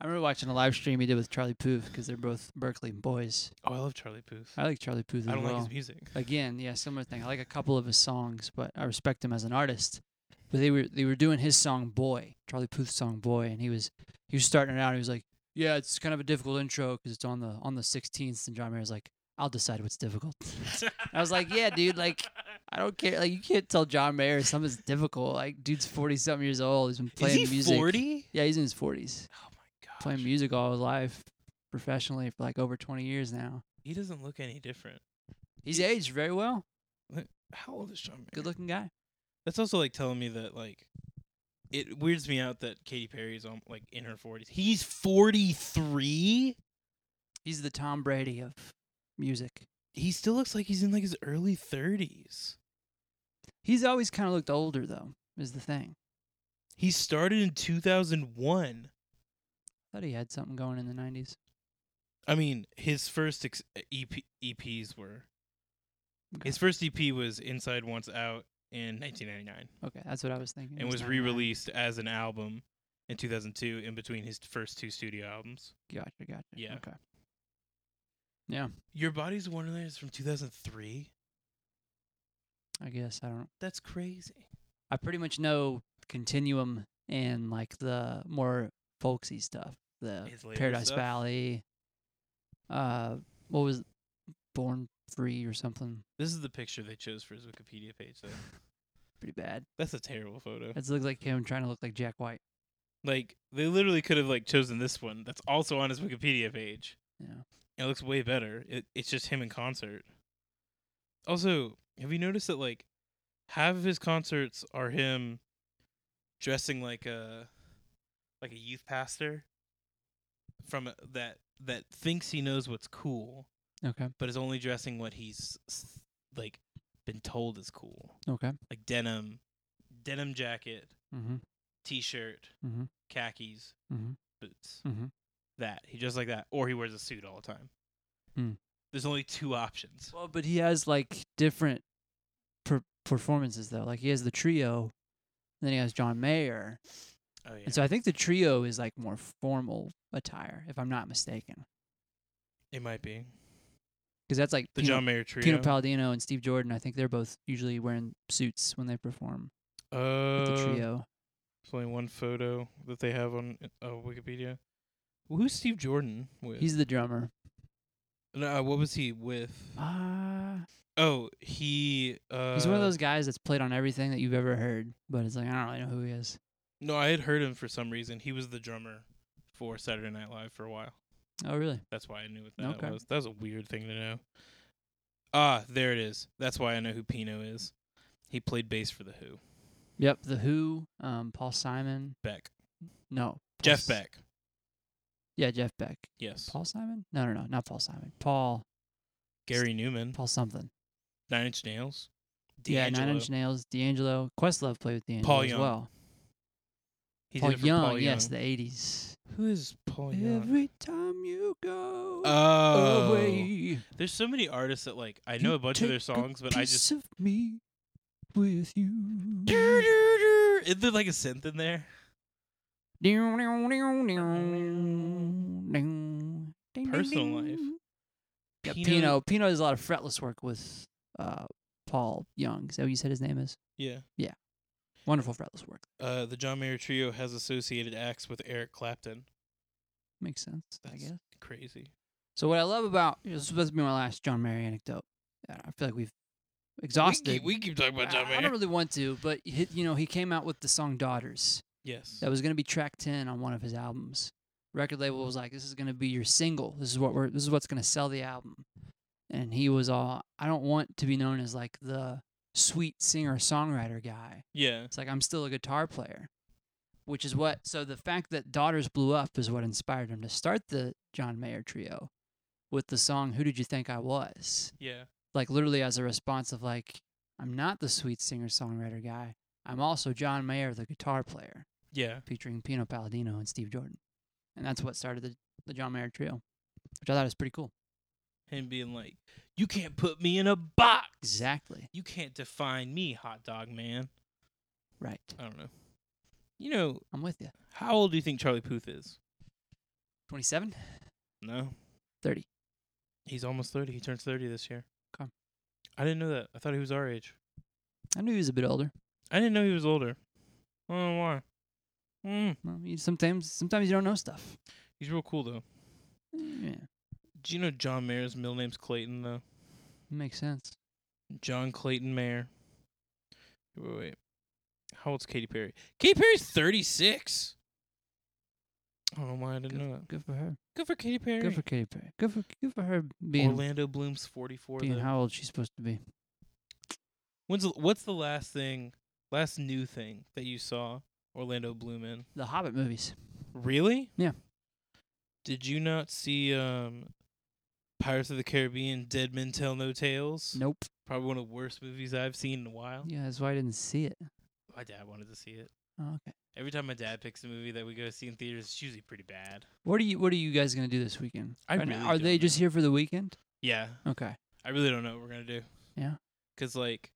I remember watching a live stream he did with Charlie Puth because they're both Berkeley boys.
Oh, I love Charlie Puth.
I like Charlie Puth. As
I don't
well.
like his music.
again, yeah, similar thing. I like a couple of his songs, but I respect him as an artist. But they were they were doing his song "Boy," Charlie Puth's song "Boy," and he was he was starting it out. And he was like, "Yeah, it's kind of a difficult intro because it's on the on the 16th." And John Mayer's like, "I'll decide what's difficult." I was like, "Yeah, dude, like." I don't care. Like you can't tell John Mayer something's difficult. Like dude's forty something years old. He's been
Is
playing
he
music.
forty?
Yeah, he's in his forties.
Oh my god.
Playing music all his life professionally for like over twenty years now.
He doesn't look any different.
He's aged very well.
How old is John Mayer?
Good looking guy.
That's also like telling me that like it weirds me out that Katy Perry's on like in her forties. He's forty three.
He's the Tom Brady of music.
He still looks like he's in like his early thirties.
He's always kind of looked older though. Is the thing.
He started in two thousand one.
Thought he had something going in the nineties.
I mean, his first ex- E EP EPs were his first EP was Inside Once Out in 1999
Okay, that's what I was thinking.
and was
99.
re-released as an album in 2002 in between his first two studio albums.
Gotcha, gotcha.
Yeah.
Okay.
Your Body's a Wonderland is from 2003.
I guess I don't.
That's crazy.
I pretty much know Continuum and like the more folksy stuff, the
His later
Uh, Paradise
stuff?
Valley. Uh, what was Born Free or something?
This is the picture they chose for his Wikipedia page. Though.
Pretty bad.
That's a terrible photo.
It looks like him trying to look like Jack White.
Like they literally could have like chosen this one. That's also on his Wikipedia page.
Yeah.
It looks way better. It, it's just him in concert. Also, have you noticed that like half of his concerts are him dressing like a like a youth pastor from a, that that thinks he knows what's cool,
Okay.
but is only dressing what he's s- like been told is cool,
Okay.
like denim, denim jacket,
Mm-hmm.
t-shirt,
Mm-hmm.
khakis,
Mhm.
boots.
Mm-hmm.
That he just like that, or he wears a suit all the time.
Hmm.
There's only two options.
Well, but he has like different per- performances though. Like he has the trio, and then he has John Mayer,
Oh yeah.
and so I think the trio is like more formal attire, if I'm not mistaken,
It might be
because that's like
the
Pino,
John Mayer trio.
Pino Palladino and Steve Jordan. I think they're both usually wearing suits when they perform with the
Uh,
trio.
There's only one photo that they have on uh, Wikipedia. Who's Steve Jordan with?
He's the drummer.
no, uh, what was he with?
Ah,
Oh, he. Uh,
he's one of those guys that's played on everything that you've ever heard, but it's like I don't really know who he is.
No, I had heard him for some reason. He was the drummer for Saturday Night Live for a while.
Oh, really?
That's why I knew what that
Okay.
was. That was a weird thing to know. Ah, there it is. That's why I know who Pino is. He played bass for the Who.
Yep. The Who, um, Paul Simon.
Beck.
No, Paul
Jeff
S-
Beck.
Yeah, Jeff Beck.
Yes.
Paul Simon? No, no, no, not Paul Simon. Paul,
Gary Newman.
Paul something.
Nine Inch Nails.
Yeah, Nine
D'Angelo.
Inch Nails, D'Angelo, Questlove played with D'Angelo
Paul
as
Young.
well.
He did
Paul
it for
Young,
Paul
yes,
Young.
the '80s.
Who is Paul Young?
Every time you go
oh,
away,
there's so many artists that like I
you
know a bunch of their
take a
songs, but I
piece
just
of me with you.
is there like a synth in there?
Ding, ding, ding, ding, ding, ding,
Personal life.
ding. Yeah,
Pino-
Pino. Pino does a lot of fretless work with uh, Paul Young. Is that what you said his name is?
Yeah.
Wonderful fretless work.
Uh, the John Mayer Trio has associated acts with Eric Clapton.
Makes sense, I
That's
guess.
crazy.
So what I love about this is supposed to be my last John Mayer anecdote. Uh, I feel like we've
We
exhausted.
keep, we keep talking about
I,
John
I
Mayer.
don't really want to, but he, you know he came out with the song "Daughters"
yes.
that was going to be track ten on one of his albums. Record label was like, "This is going to be your single. This is what we're. This is what's going to sell the album." And he was all, "I don't want to be known as like the sweet singer songwriter guy.
Yeah.
It's like I'm still a guitar player." Which is what, so the fact that Daughters blew up is what inspired him to start the John Mayer trio with the song Who Did You Think I Was?
Yeah.
Like, literally, as a response of, like, I'm not the sweet singer songwriter guy. I'm also John Mayer, the guitar player,
Yeah.
featuring Pino Palladino and Steve Jordan. And that's what started the, the John Mayer trio, which I thought was pretty cool.
Him being like, "You can't put me in a box.
Exactly.
You can't define me, hot dog man."
Right.
I don't know. You know,
I'm with you.
how old do you think Charlie Puth is?
27?
No.
30.
He's almost 30. He turns 30 this year.
Okay.
I didn't know that. I thought he was our age.
I knew he was a bit older.
I didn't know he was older. I don't know why. Mm.
Well, you, sometimes, sometimes you don't know stuff.
He's real cool, though.
Yeah,
Do you know John Mayer's middle name's Clayton, though?
makes sense.
John Clayton Mayer. Wait, wait, wait. How old's Katy Perry? Katy Perry's 36. I don't know why Oh, I didn't
Good,
know that.
good for her.
Good for Katy Perry.
Good for Katy Perry. Good for good for her being
Orlando Bloom's 44.
being
though.
how old she's supposed to be.
When's the, what's the last thing, last new thing that you saw Orlando Bloom in?
The Hobbit movies.
Really?
Yeah.
Did you not see um, Pirates of the Caribbean: Dead Men Tell No Tales?
Nope.
Probably one of the worst movies I've seen in a while.
Yeah, that's why I didn't see it.
My dad wanted to see it.
Oh, okay.
Every time my dad picks a movie that we go see in theaters, it's usually pretty bad.
What are you What are you guys gonna do this weekend?
I
Right now-
really
are they
don't
just
know.
here for the weekend?
Yeah,
Okay.
I really don't know what we're gonna do.
Yeah.
Cause like,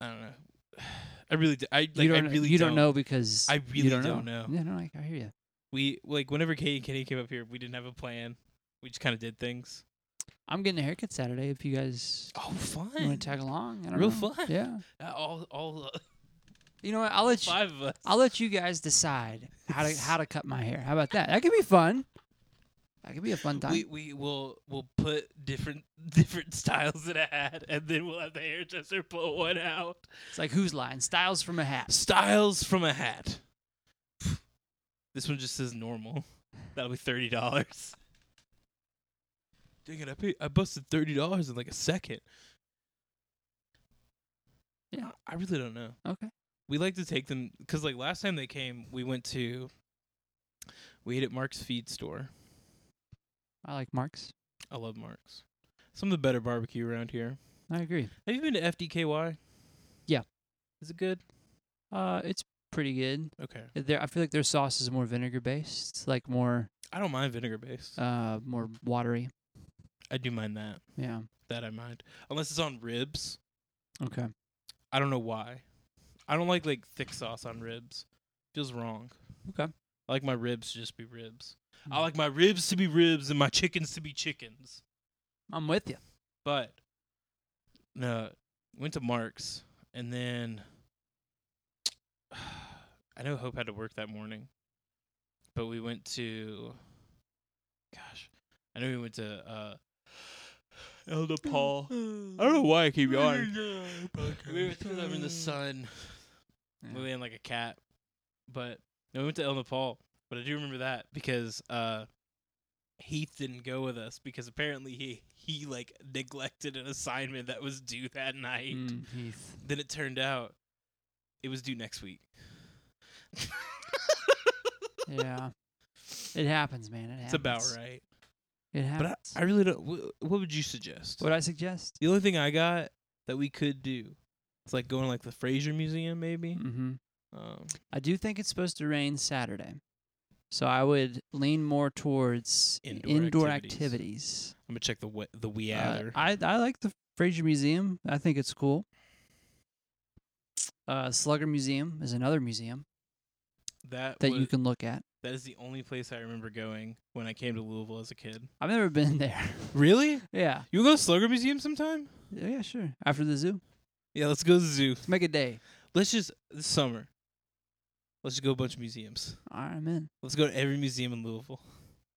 I don't know. I really, d- I like,
you don't.
I really
you don't, know because
I
you
really don't know.
Yeah, no, I, I hear you.
We like whenever Katie and Kenny came up here, we didn't have a plan. We just kind of did things.
I'm getting a haircut Saturday. If you guys
Oh, fun!
want to tag along, I don't
Real
know.
fun.
Yeah.
Uh, all, all uh,
You know what? I'll let you,
five of us.
I'll let you guys decide how to how to cut my hair. How about that? That could be fun. That could be a fun time.
We we will will put different different styles in a hat, and then we'll have the hair hairdresser pull one out.
it's like who's lying? Styles from a hat.
Styles from a hat. This one just says normal. That'll be thirty dollars. Dang it! I paid, I busted thirty dollars in like a second.
Yeah.
I I really don't know.
Okay.
We like to take them because like last time they came, we went to. We ate at Mark's feed store.
I like marks.
I love Mark's. Some of the better barbecue around here.
I agree.
Have you been to FDKY?
Yeah.
Is it good?
Uh, it's pretty good.
Okay.
There, I feel like their sauce is more vinegar based, like more
I don't mind vinegar based.
uh more watery.
I do mind that.
Yeah.
That I mind. Unless it's on ribs.
Okay.
I don't know why. I don't like like thick sauce on ribs. Feels wrong.
Okay.
I like my ribs to just be ribs. I
Mm.
like my ribs to be ribs and my chickens to be chickens.
I'm with you.
But no, went to Mark's and then I know Hope had to work that morning, but we went to. Gosh, I know we went to uh, El Paul. I don't know why I keep yawning. We went to them in the sun.
Yeah.
We laying like a cat, but no, we went to El Nepal. But I do remember that because uh, Heath didn't go with us because apparently he he like neglected an assignment that was due that night.
Mm, Heath.
Then it turned out it was due next week.
Yeah. It happens, man. It happens.
It's about right.
It
But I,
happens.
I really don't. wh- What would you suggest?
what I suggest?
the only thing I got that we could do is like going like the Fraser Museum maybe.
Mm-hmm.
Um,
I do think it's supposed to rain Saturday. So I would lean more towards
Indoor
indoor, activities.
activities. I'm gonna check the we- the
Uh,
weather.
I I like the Fraser Museum. I think it's cool. Uh, Slugger Museum is another museum
that
that
was,
you can look at.
that is the only place I remember going when I came to Louisville as a kid.
I've never been there.
Really?
yeah.
You go to Slugger Museum sometime?
Yeah, yeah, sure. After the zoo,
Yeah, let's go to the zoo.
let's make a day.
Let's just this summer. Let's just go a bunch of museums.
All right, I'm in.
Let's go to every museum in Louisville.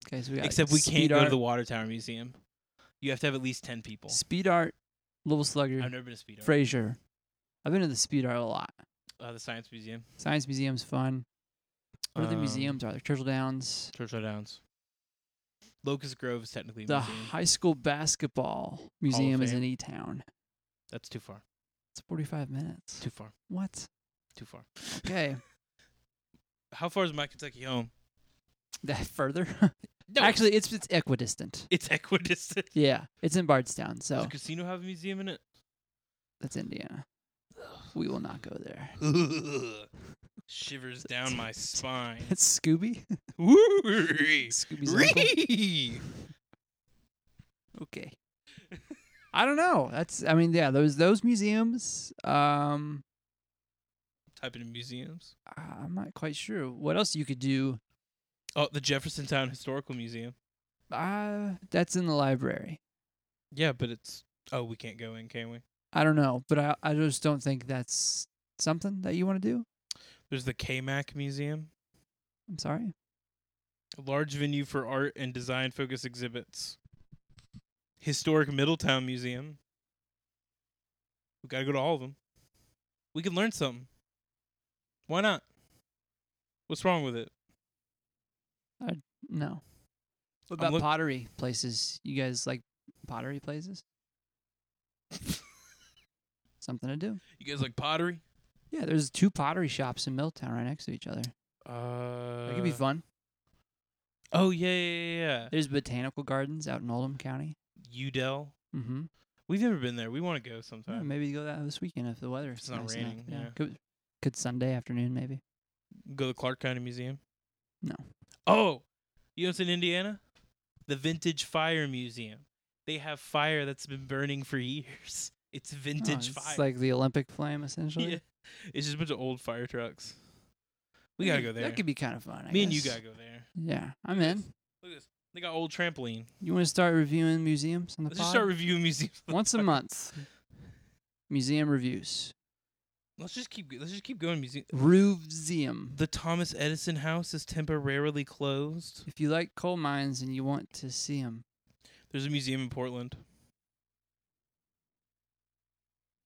Okay, so we got
Except we can't
speed
go
art,
to the Water Tower Museum. You have to have at least ten people.
speed art, Little Slugger,
I've never been to Speed Art.
Fraser. I've been to the speed art a lot.
Uh, the Science Museum.
Science Museum's fun. What other
Um,
museums are there? Churchill Downs,
Churchill Downs. Locust Grove is technically a
the
museum.
high school basketball museum is
Fame.
in E Town.
That's too far.
It's 45 minutes.
Too far.
What?
Too far.
Okay.
How far is my Kentucky home?
that further?
No,
Actually, it's it's equidistant.
it's equidistant.
Yeah, it's in Bardstown,
Does
so
the casino have a museum in it?
that's Indiana. We will not go there.
Ugh. Shivers down my spine.
It's Scooby.
Woo-ree.
Scooby's uncle.
Ree.
Okay. I don't know. That's I mean, yeah, those those museums. Um,
Type in museums.
I'm not quite sure what else you could do.
Oh, the Jeffersontown Historical Museum.
Uh, that's in the library.
Yeah, but it's oh, we can't go in, can we?
I don't know, but I I just don't think that's something that you want to do.
There's the KMAC Museum,
I'm sorry.
a large venue for art and design focused exhibits. Historic Middletown Museum. We gotta go to all of them. We can learn something. Why not? What's wrong with it?
I, no. What
I'm
about
look-
pottery places? You guys like pottery places? Something to do.
You guys like pottery?
Yeah, there's two pottery shops in Milltown right next to each other.
Uh,
That could be fun.
Oh yeah, yeah, yeah,
There's botanical gardens out in Oldham County.
yeah. Udell.
Mm-hmm.
We've never been there. We want to go sometime.
maybe go that this weekend if the weather is
it's not
nice enough.
raining, yeah.
Could, could Sunday afternoon maybe.
Go to the Clark County Museum.
Mm. No.
Oh, you know it's in Indiana? The Vintage Fire Museum. They have fire that's been burning for years. It's
Oh, it's
vintage fire.
like the Olympic flame essentially.
Yeah. It's just a bunch of old fire trucks. We gotta
That-
go there.
That could be kind of fun. I
Me and you
guess.
gotta go there.
Yeah, I'm in.
Look at this. They got old trampoline.
You want to start reviewing museums on the
Let's
pod?
just start reviewing museums.
Once a month, museum reviews.
Let's just keep. Let's just keep going. Museum.
Ruveseum.
The Thomas Edison House is temporarily closed.
If you like coal mines and you want to see them,
There's a museum in Portland.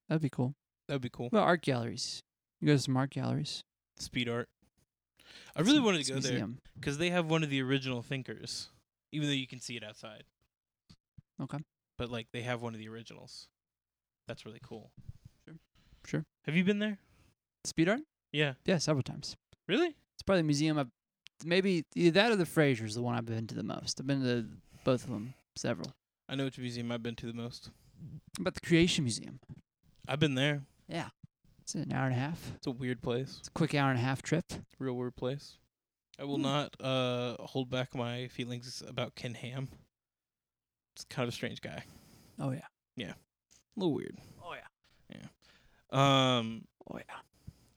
that'd be cool.
That'd be cool.
What about art galleries? You go to some art galleries.
Speed art. I really
It's-
wanted
it's
to
a
go there
museum.
because they have one of the original thinkers, even though you can see it outside.
Okay.
But like they have one of the originals. That's really cool.
Sure. Sure.
Have you been there?
Speed art?
Yeah.
Yeah, several times.
Really?
It's probably the museum. I've, maybe either that or the Fraser's the one I've been to the most. I've been to both of them, several.
I know which museum I've been to the most.
What about the Creation Museum?
I've been there.
It's an hour and a half.
It's a weird place.
It's a quick hour and a half trip.
Real weird place. I will
Hmm.
not uh hold back my feelings about Ken Ham. It's kind of a strange guy.
Oh yeah.
A little weird.
Oh yeah.
Um
Oh yeah.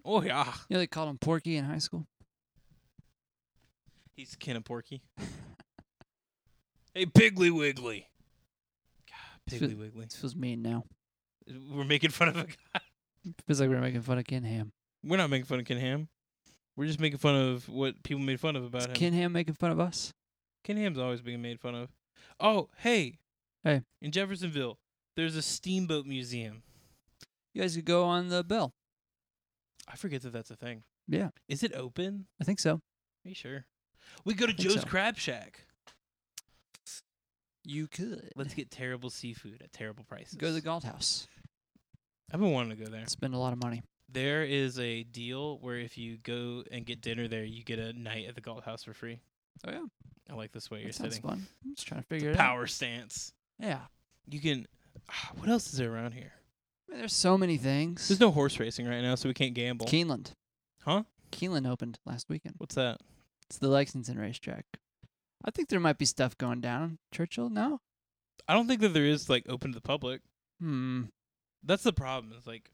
oh yeah.
You know they called him Porky in high school.
He's Ken and Porky. hey Piggly Wiggly. God,
It's
Piggly
fe-
Wiggly.
This feels mean now.
We're making fun of a guy.
Feels like we're making fun of Ken Ham.
We're not making fun of Ken Ham. We're just making fun of what people made fun of
Is
about him.
Ken Ham making fun of us?
Ken Ham's always being made fun of. Oh, hey.
Hey.
In Jeffersonville, there's a steamboat museum.
You guys could go on the bill.
I forget that that's a thing.
Yeah,
Is it open?
I think so.
Are you sure? We go to
think
Joe's
so.
Crab Shack.
You could.
Let's get terrible seafood at terrible prices.
go to the Galt House.
I've been wanting to go there.
Spend a lot of money.
There is a deal where if you go and get dinner there, you get a night at the Galt House for free.
Oh yeah,
I like this way
that
you're
sounds
sitting.
fun. I'm just trying to
It's a
figure it out.
power stance.
Yeah.
You can. ah, What else is there around here?
Man, there's so many things.
There's no horse racing right now, so we can't gamble.
Keeneland.
Huh?
Keeneland opened last weekend.
What's that?
It's the Lexington racetrack. I think there might be stuff going down. Churchill, no?
I don't think that there is like open to the public.
Hmm.
That's the problem. It's like,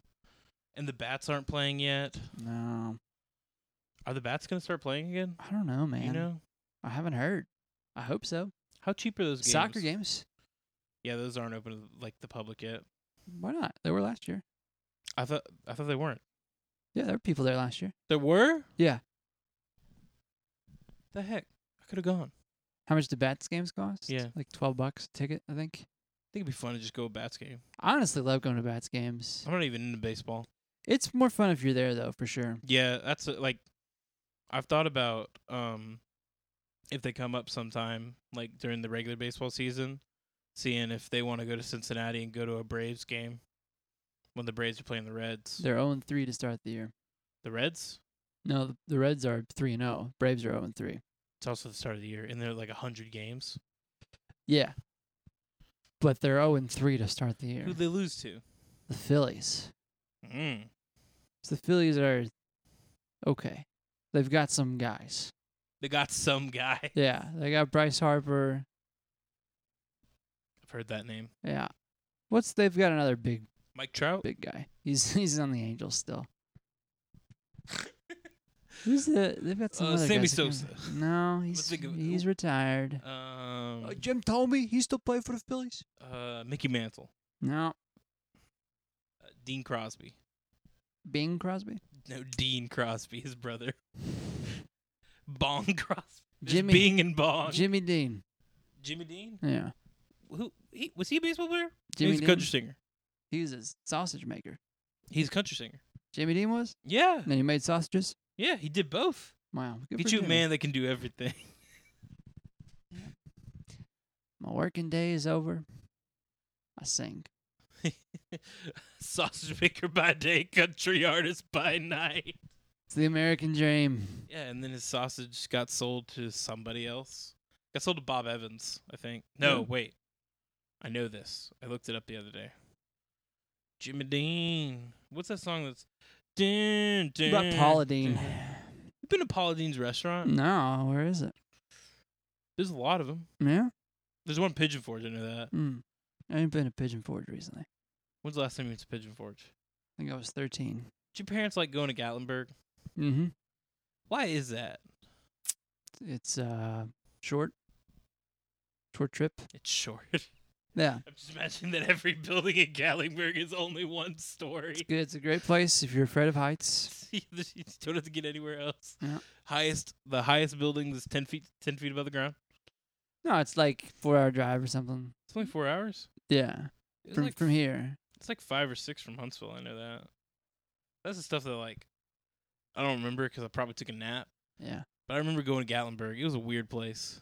and the bats aren't playing yet.
No.
Are the bats gonna start playing again?
I don't know, Oh, man.
You know
I haven't heard. I hope so.
how cheap are those games?
Soccer games?
Yeah, those aren't open to the- like the public yet.
Why not? They were last year.
I thought I thought they weren't.
Yeah, there were people there last year.
There were.
Yeah.
The heck! I could have gone.
How much do bats games cost?
Yeah.
Like 12 bucks a ticket, I think.
I think it'd be fun to just go to a bats game.
I honestly love going to bats games.
I'm not even into baseball.
It's more fun if you're there, though, for sure.
Yeah, that's a, like I've thought about um if they come up sometime like during the regular baseball season, seeing if they want to go to Cincinnati and go to a Braves game when the Braves are playing the Reds.
They're 0 3 to start the year.
The Reds?
No, the, the Reds are 3 and 0. Braves are 0 3.
It's also the start of the year and they're like 100 games.
Yeah. But they're 0 3 to start the year.
Who they lose to?
The Phillies.
Mm.
So the Phillies are okay. They've got some guys.
They got some guy.
Yeah, they got Bryce Harper.
I've heard that name.
Yeah, what's they've got another big
Mike Trout?
big guy. He's he's on the Angels still. Who's the? They've got some
Uh,
other
Sammy
guys. I can't
Sosa.
remember. No, he's
think of-
he's retired.
Um
Jim told me he still played for the Phillies.
uh Mickey Mantle.
No,
Uh, Dean Crosby.
Bing Crosby,
No, Dean Crosby, his brother. Bong Crosby. There's
Jimmy-
Bing and Bong.
Jimmy Dean.
Jimmy Dean?
Yeah,
Who he, was he a baseball player?
Jimmy
He's a
Dean.
country singer.
He was a sausage maker.
He's a country singer.
Jimmy Dean was.
Yeah.
And then he made sausages.
Yeah, he did both.
Wow, good
Get
for
you a
Jimmy.
man that can do everything.
My working day is over. I sing.
Sausage maker by day, country artist by night.
It's the American dream.
Yeah, and then his sausage got sold to somebody else. Got sold to Bob Evans, I think. No,
Yeah.
wait. I know this. I looked it up the other day. Jimmy Dean. What's that song that's. Dun, dun,
What about Paula Dean?
dun. You been to Paula Dean's restaurant?
No, where is it?
There's a lot of them.
Yeah?
There's one Pigeon Forge, I know that.
Mm. I ain't been to Pigeon Forge recently. I
When's the last time you went to Pigeon Forge?
think I was 13.
Did your parents like going to Gatlinburg?
Mm-hmm.
Why is that?
It's uh short. Short trip.
It's short.
Yeah.
I'm just imagining that every building in Gatlinburg is only one story.
Good. It's a great place if you're afraid of heights.
you just don't have to get anywhere else.
Yeah.
Highest, the highest building is ten feet, ten feet above the ground.
No, it's like four hour drive or something.
It's only four hours.
Yeah.
It's
Mm. From
like
from here.
It's like five or six from Huntsville. I know that. That's the stuff that like, I don't remember because I probably took a nap.
Yeah.
But I remember going to Gatlinburg. It was a weird place.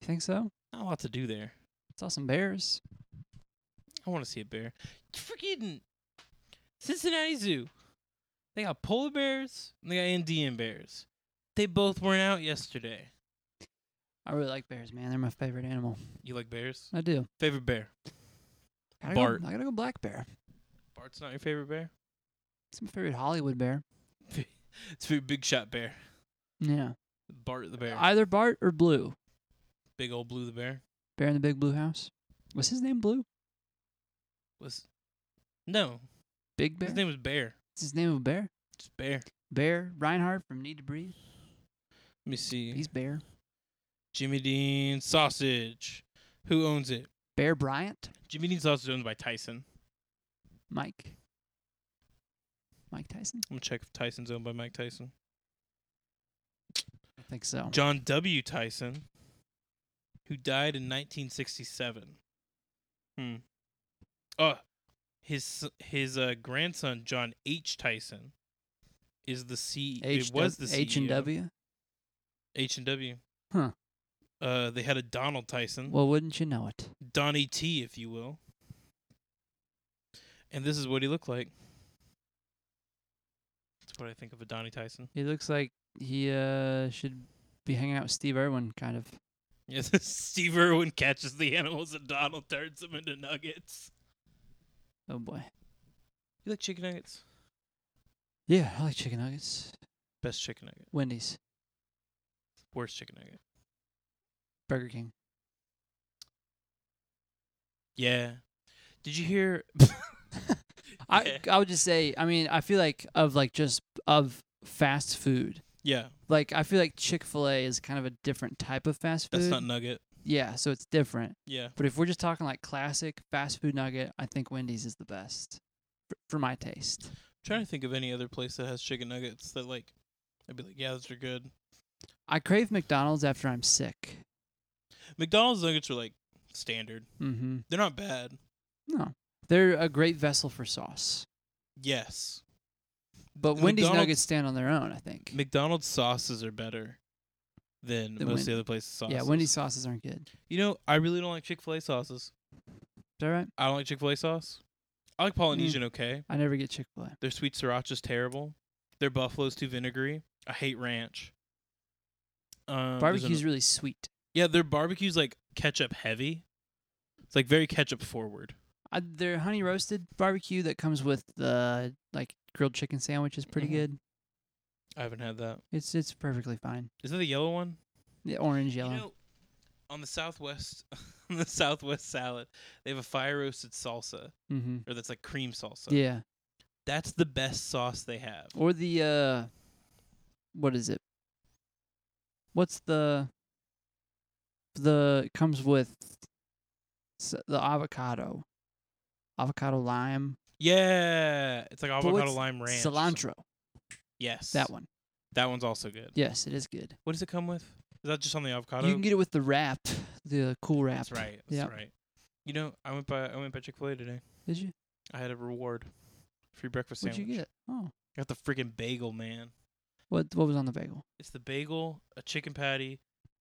You think so?
Not a lot to do there.
Saw some bears.
I want to see a bear. Freaking Cincinnati Zoo. They got polar bears and they got Indian bears. They both weren't out yesterday.
I really like bears, man. They're my favorite animal.
You like bears?
I do.
Favorite bear?
Gotta
Bart.
Go, I gotta go black bear.
Bart's not your favorite bear?
It's my favorite Hollywood bear.
It's your big shot bear.
Yeah.
Bart the bear.
Either Bart or Blue.
big old blue the bear.
Bear in the Big Blue House. Was his name Blue?
Was No.
Big Bear?
His name was Bear.
it's his name of a bear.
It's Bear.
Bear Reinhardt from Need to Breathe.
Let me see.
He's Bear.
Jimmy Dean Sausage. Who owns it?
Bear Bryant.
Jimmy Dean Sausage is owned by Tyson.
Mike. Mike Tyson?
I'm gonna check if Tyson's owned by Mike Tyson.
I think so.
John W. Tyson, who died in 1967. Hmm. Uh, his his uh, grandson John H. Tyson is the C. E Mm-hmm.
H
it was the
H and
CEO.
W.
H and W.
Huh.
Uh, they had a Donald Tyson,
Well, wouldn't you know it?
Donnie T, if you will. And this is what he looked like. That's what I think of a Donnie Tyson.
He looks like he uh should be hanging out with Steve Irwin, kind of.
Yes, Steve Irwin catches the animals and Donald turns them into nuggets.
Oh boy.
You like chicken nuggets?
Yeah, I like chicken nuggets.
Best chicken nugget.
Wendy's,
Worst chicken nugget.
Burger King.
Yeah. Did you hear?
I I would just say, I mean, I feel like of like just of fast food.
yeah,
Like I feel like Chick Fil A is kind of a different type of fast food.
that's not nugget.
yeah, so it's different.
Yeah,
But if we're just talking like classic fast food nugget, I think Wendy's is the best for, for my taste.
trying to think of any other place that has chicken nuggets that like, I'd be like, yeah, those are good.
I crave McDonald's after I'm sick.
McDonald's nuggets are like standard.
Mm-hmm.
They're not bad.
No, they're a great vessel for sauce.
Yes,
But
The
Wendy's
McDonald's-
nuggets stand on their own, I think.
McDonald's sauces are better than
Than
most of the
Wen-
other places' sauces.
yeah, Wendy's sauces aren't good. Is
You know, I really don't like Chick Fil A sauces.
that right?
I don't like Chick Fil A sauce. I like Polynesian
Mm.
okay.
I never get Chick Fil A.
Their sweet sriracha's terrible. Their buffalo's too vinegary. I hate ranch. Um, there's
Barbecue's
an-
really sweet.
yeah, their barbecue's like ketchup heavy. It's like very ketchup forward.
Uh, their honey roasted barbecue that comes with the like grilled chicken sandwich is pretty
Mhm.
good.
I haven't had that.
It's it's perfectly fine.
Is that the yellow one?
The orange yellow.
You know, on the southwest, on the southwest salad, they have a fire roasted salsa,
mm-hmm.
or that's like cream salsa.
Yeah.
That's the best sauce they have.
Or the uh, what is it? What's the the it comes with s- the avocado, avocado lime,
Yeah, it's like avocado
it's
lime ranch.
cilantro.
Yes,
That one.
That one's also good.
Yes, it is good.
What does it come with? Is that just on the avocado?
You can get it with the wrap, the cool wrap.
That's right. That's
Yep.
right. You know, I went by I went by Chick Fil A today.
Did you?
I had a reward, free breakfast
What'd
sandwich.
you get? Oh,
Got the freaking bagel, man.
what what was on the bagel?
It's the bagel, a chicken patty,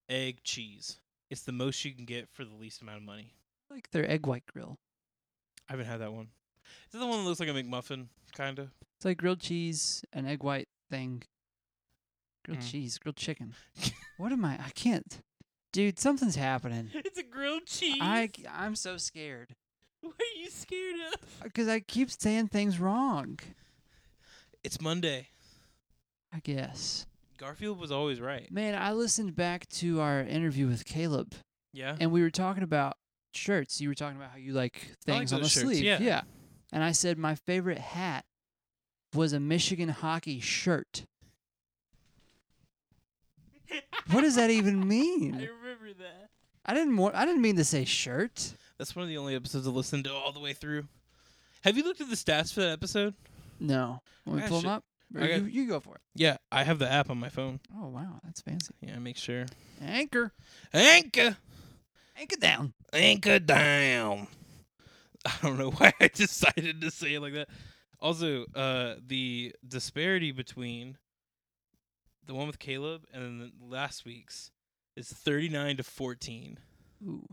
egg, cheese. It's the most you can get for the least amount of money.
Like their egg white grill.
I haven't had that one. Is that the one that looks like a McMuffin, kind of?
It's like grilled cheese and egg white thing. Grilled
Mm.
cheese, grilled chicken. what am I? I can't. Dude, something's happening.
It's a grilled cheese.
I I'm so scared
What are you scared of?
because Uh, I keep saying things wrong.
It's Monday.
I guess.
Garfield was always right.
Man, I listened back to our interview with Caleb
Yeah.
and we were talking about shirts. You were talking about how you like
like
things on the
those shirts,
sleeve.
yeah.
And I said my favorite hat was a Michigan hockey shirt. What does that even mean?
remember that.
I didn't wa- I didn't mean to say shirt.
That's one of the only episodes I listened to all the way through. Have you looked at the stats for that episode?
No. Want me
I
to pull them
should-
up? Or
I got-
you, you go for it.
Yeah, I have the app on my phone.
Oh wow, that's fancy.
Yeah, make sure.
Anchor.
Anchor,
Anchor down.
anchor down. I don't know why I decided to say it like that. Also, uh, the disparity between the one with Caleb and then the last week's is thirty-nine to fourteen.
Ooh.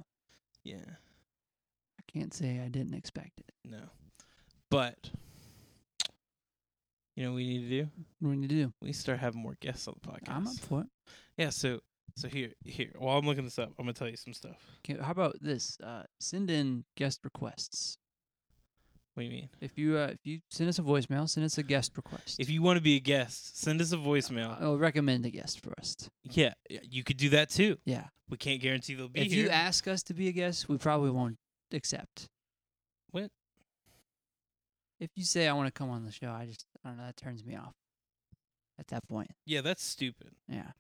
Yeah,
I can't say I didn't expect it.
no, but you know what we need to do?
What do we need to do?
We need to start having more guests on the podcast.
I'm up for it.
Yeah, so so here here while I'm looking this up, I'm gonna tell you some stuff.
Can, how about this? Uh, send in guest requests.
What do you mean?
If you uh, if you send us a voicemail, send us a guest request.
If you want to be a guest, send us a voicemail.
I'll recommend a guest first.
yeah, yeah, you could do that too.
Yeah.
We can't guarantee they'll be
if
here.
you ask us to be a guest, we probably won't accept.
What?
If you say I want to come on the show, I just I don't know. That turns me off. At that point.
yeah, that's stupid.
Yeah.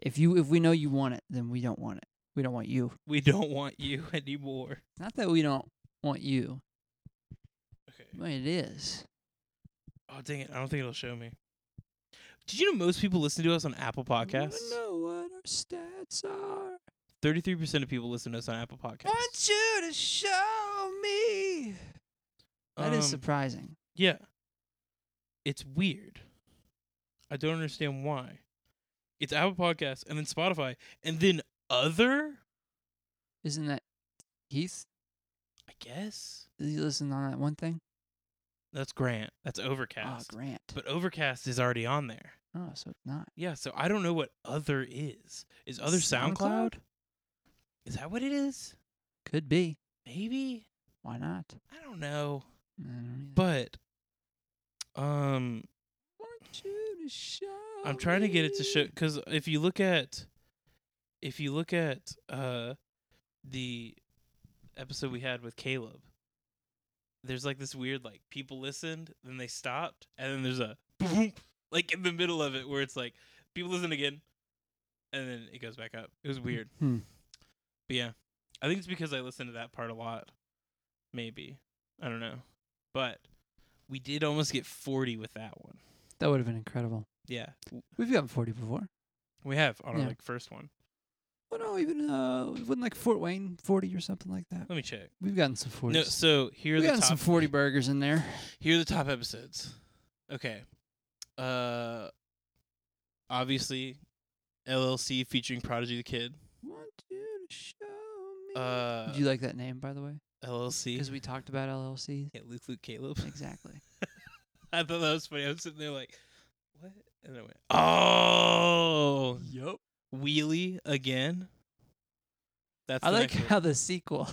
If you if we know you want it, then we don't want it. We don't want you.
We don't want you anymore.
Not that we don't want you.
Okay.
But it is.
Oh dang it! I don't think it'll show me. Did you know most people listen to us on Apple Podcasts?
I know what our stats are.
Thirty-three percent of people listen to us on Apple Podcasts.
Want you to show me. That is
Um,
surprising.
Yeah. It's weird. I don't understand why. It's Apple Podcasts and then Spotify and then other.
Isn't that Keith?
I guess
Did you listen on that one thing?
that's Grant. That's
Ah,
Overcast.
Grant.
but Overcast is already on there.
oh, so it's not.
Yeah, so I don't know what other is. Is other SoundCloud?
SoundCloud?
Is that what it is?
Could be.
Maybe.
Why not?
I don't know.
I don't either.
But um
want you to show
I'm trying to get it to show
me.
cuz if you look at if you look at uh the episode we had with Caleb there's like this weird like people listened then they stopped and then there's a like in the middle of it where it's like people listen again and then it goes back up. It was weird.
Hmm.
But yeah, I think it's because I listened to that part a lot. Maybe. I don't know. But we did almost get 40 with that one.
That would have been incredible.
Yeah.
We've gotten 40 before.
We have on our
Yeah.
like first one.
Well, no, even uh, wasn't like Fort Wayne 40 or something like that.
Let me check.
We've gotten some 40s.
No, so here are
We've
the
gotten some
top
40 burgers in there.
here are the top episodes. Okay. Uh obviously LLC featuring Prodigy the Kid.
Want you to show me.
Uh
Did you like that name, by the way? Because
LLC.
we talked about LLCs.
Yeah, Luke Luke Caleb.
Exactly.
I thought that was funny. I was sitting there like, what? And I went, oh,
Yup.
wheelie again. That's
I
the
like
next
how the sequel,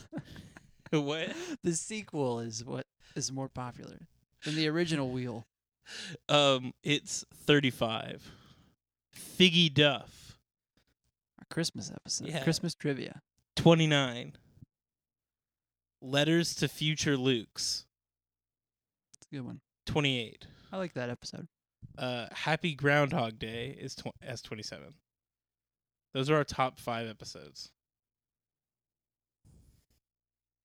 one. what?
the sequel is what is more popular than the original wheel.
Um, it's thirty-five. Figgy Duff,
Our Christmas episode,
Yeah.
Christmas trivia.
twenty-nine. Letters to Future Luke's,
It's a good one.
twenty-eight.
I like that episode.
Uh, Happy Groundhog Day is tw- as twenty-seven. Those are our top five episodes.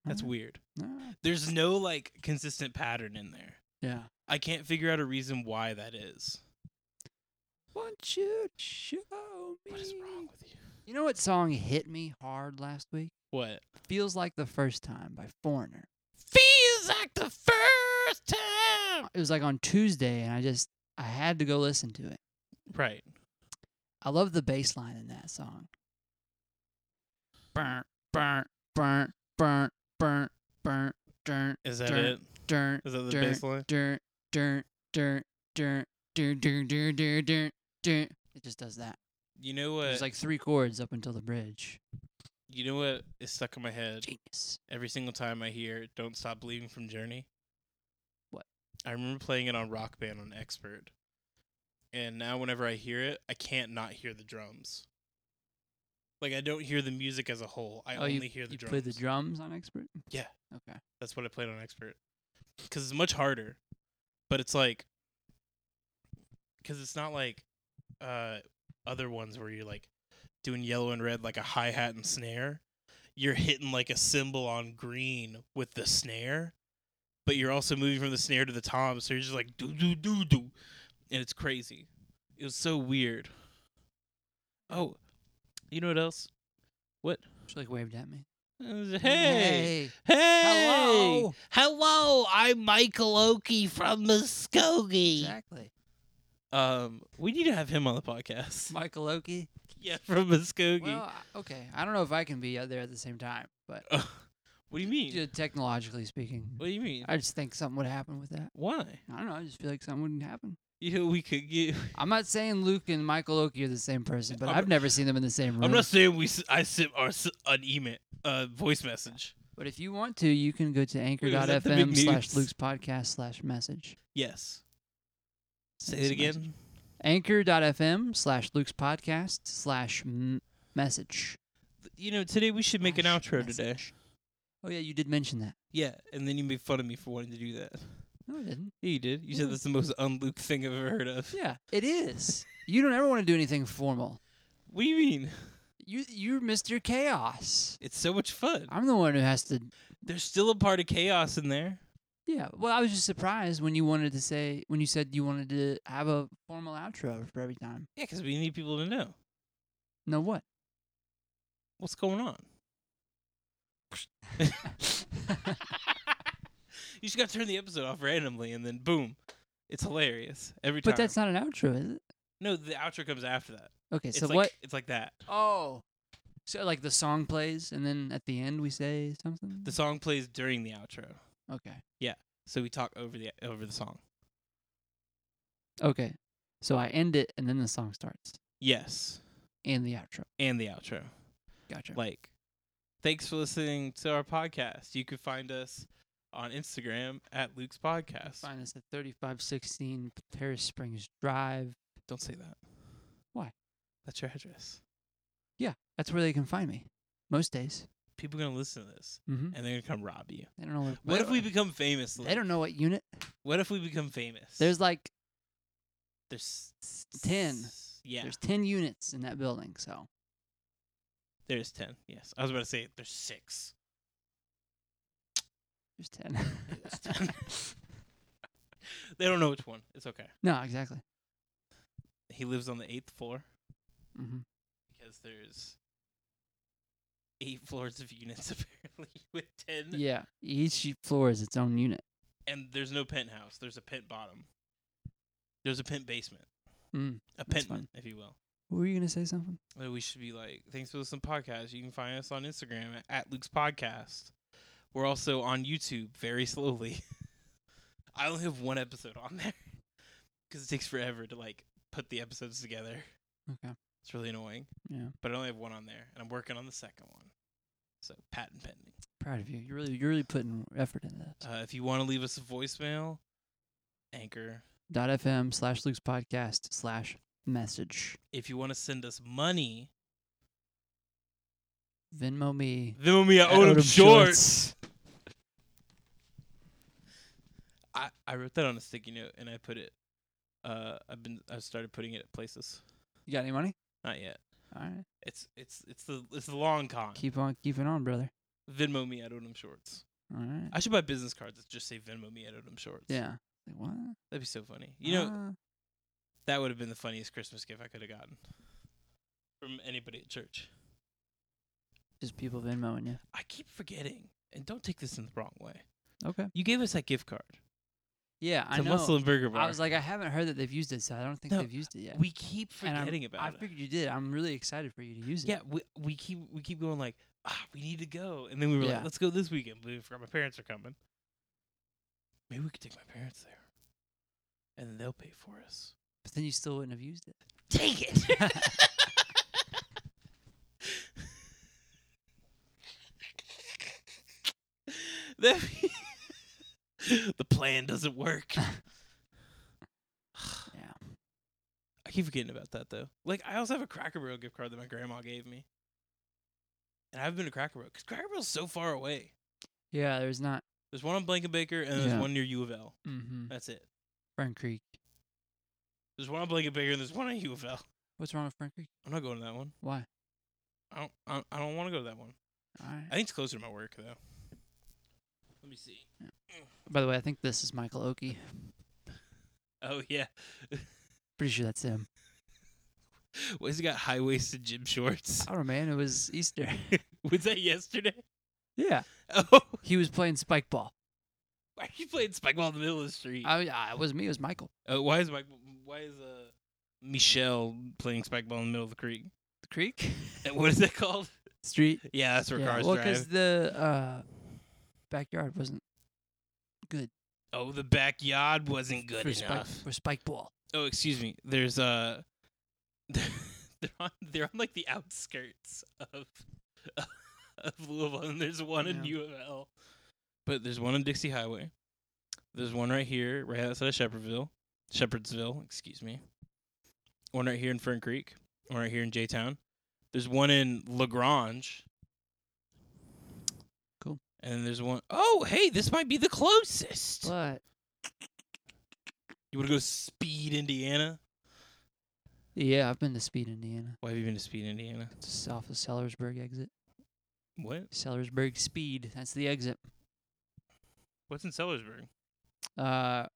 That's
Alright.
weird.
Alright.
There's no like consistent pattern in there.
Yeah.
I can't figure out a reason why that is.
Want you to show me?
What is wrong with you?
You know what song hit me hard last week?
What?
Feels like the first time by Foreigner.
Feels like the first time.
It was like on Tuesday, and I just I had to go listen to it.
Right.
I love the bass line in that song. burnt, burnt, burnt, burnt, burnt, burnt, dirt,
Is that
Dirt.
it?
dirt,
Is that the
Dirt.
bass line?
dirt, dirt, dirt, dirt, dirt, dirt, dirt, dirt, dirt, dirt. It just does that.
You know what?
There's like three chords up until the bridge.
you know what is stuck in my head
Genius.
every single time I hear "Don't Stop Believing" from Journey.
What?
I remember playing it on Rock Band on Expert, and now whenever I hear it, I can't not hear the drums. Like I don't hear the music as a whole. I
oh,
only
you,
hear the
you
drums.
play the drums on expert.
Yeah.
Okay.
That's what I played on expert. Because it's much harder, but it's like, because it's not like uh, other ones where you're like doing yellow and red like a hi hat and snare. You're hitting like a cymbal on green with the snare, but you're also moving from the snare to the tom, so you're just like do do do do, and it's crazy. It was so weird. Oh, you know what else? What?
She like waved at me.
hey. Hey!
Hello!
Hello! I'm Michael Oki from Muskogee.
Exactly.
Um, we need to have him on the podcast.
Michael Oki.
yeah, from Muskogee.
Well, I- okay. I don't know if I can be out there at the same time, but
what do you mean?
ju- technologically speaking,
What do you mean?
I just think something would happen with that.
Why?
I don't know. I just feel like something wouldn't happen.
You know, we could get.
I'm not saying Luke and Michael Oki are the same person, but
I'm-
I've never seen them in the same room.
I'm not saying we. s- I sent our s- an email, uh, voice message.
But if you want to, you can go to
was that the big
anchor.fm slash
news?
Luke's podcast slash message.
Yes. Say
That's
it
amazing.
again.
Anchor.fm slash Luke's podcast slash m- message.
You know, today we should make an
Flash
outro today.
message. Oh, yeah, you did mention that.
Yeah, and then you made fun of me for wanting to do that. Hmm.
No, I didn't.
Yeah, you did. You said
Yeah.
that's the most unluke thing I've ever heard of.
Yeah, it is. you don't ever want to do anything formal.
What do you mean?
You, you're Mr. Chaos.
It's so much fun.
I'm the one who has to.
There's still a part of chaos in there.
Yeah, well, I was just surprised when you wanted to say, when you said you wanted to have a formal outro for every time.
Yeah, 'cause we need people to know
No, what?
what's going on. you just got to turn the episode off randomly, and then boom, it's hilarious every time.
But that's not an outro, is it?
no. The outro comes after that.
Okay,
It's
so
like,
what?
It's like that.
Oh. So like the song plays and then at the end we say something?
The song plays during the outro,
okay.
so we talk over the over the song.
Okay. So I end it and then the song starts
Yes,
and the outro.
and the outro.
Gotcha.
Like, thanks for listening to our podcast. You can find us on Instagram at Luke's Podcast.
Find us at 3516 Paris Springs Drive.
Don't say that.
Why?
That's your address.
That's where they can find me most days.
people gonna listen to this
Mm-hmm.
and they're gonna come rob you.
They don't know what,
What
they
if we
don't-
become famous?
They
Luke?
don't know what unit.
What if we become famous?
There's like
there's s-
10.
s- Yeah,
there's
there's,
10 units in that building, so
ten. Yes, I was about to say there's six.
there's 10.
There's 10. they don't know which one. It's okay.
no, exactly.
He lives on the eighth floor
hmm
because there's eight floors of units apparently with ten.
Yeah. Each floor is its own unit.
and there's no penthouse. There's a pent bottom. There's a pent basement,
Mm.
a
That's
pentman, if you will.
Were you going to say something?
Uh, We should be like, thanks for listening to the podcast. You can find us on Instagram at, at Luke's Podcast. We're also on YouTube very slowly. I only have one episode on there because it takes forever to like put the episodes together.
Okay.
It's really annoying,
Yeah.
but I only have one on there, and I'm working on the second one. So patent pending.
Proud of you. You're really, you're really putting effort into that.
Uh, if you want to leave us a voicemail, Anchor.
Dot FM slash Luke's podcast slash message.
If you want to send us money,
Venmo me.
Venmo me at
at
Odom,
Odom
Shorts. I, I wrote that on a sticky note and I put it. Uh, I've been I've started putting it at places.
You got any money?
Not yet.
All right.
It's it's it's the it's the long con.
Keep on keeping on, brother.
Venmo me at Odom Shorts.
All right.
I should buy business cards that just say Venmo me at Odom Shorts.
Yeah. Like, what?
that'd be so funny. You know,
Ah.
that would have been the funniest Christmas gift I could have gotten from anybody at church.
just people Venmoing you.
I keep forgetting, and don't take this in the wrong way.
Okay.
You gave us that gift card
Yeah,
to
I know.
Muscle and Burger Bar.
I was like, I haven't heard that they've used it, so I don't think
No,
they've used it yet.
we keep
And I'm-
forgetting about
I
it.
figured you did. I'm really excited for you to use it.
Yeah, we we keep we keep going like ah, we need to go. And then we were
Yeah.
like, let's go this weekend. But we forgot my parents are coming. Maybe we could take my parents there. And then they'll pay for us.
But then you still wouldn't have used it.
Dang it. That be- the plan doesn't work.
Yeah.
I keep forgetting about that though. Like I also have a Cracker Barrel gift card that my grandma gave me, and I've been to Cracker Barrel because Cracker Barrel's so far away.
Yeah, there's not.
There's one on Blankenbaker and
Yeah.
there's one near U of L.
Mm-hmm.
That's it.
Fern Creek.
There's one on Blankenbaker and there's one on U of L.
What's wrong with Fern Creek?
I'm not going to that one.
Why?
I don't. I, I don't want to go to that one.
All right.
I think it's closer to my work though. Let me see.
By the way, I think this is Michael Oki.
Oh yeah,
Pretty sure that's him.
well, he's got high waisted gym shorts.
I don't know, man. It was Easter.
Was that yesterday?
yeah.
Oh,
He was playing spike ball.
why are you playing spikeball in the middle of the street?
I, I it was me. It was Michael.
Uh, why is Mike? Why is uh Michelle playing spikeball in the middle of the creek?
The creek
And what is that called?
street.
Yeah, that's where
yeah.
cars
well,
drive.
the uh, backyard wasn't good
Oh, the backyard wasn't good
for spike
enough.
for spike ball.
Oh, excuse me. There's uh, they're on they're on like the outskirts of of Louisville, and there's one in
Yeah.
U of L. But there's one on Dixie Highway. There's one right here, right outside of Shepherdville, Shepherdsville. Excuse me. One right here in Fern Creek. One right here in J Town. There's one in Lagrange.
Cool.
And then there's one oh hey, this might be the closest.
What?
You want to go Speed, Indiana?
Yeah, I've been to Speed, Indiana.
Why have you been to Speed, Indiana?
It's just off the Sellersburg exit.
What?
Sellersburg Speed. That's the exit.
What's in Sellersburg?
Uh,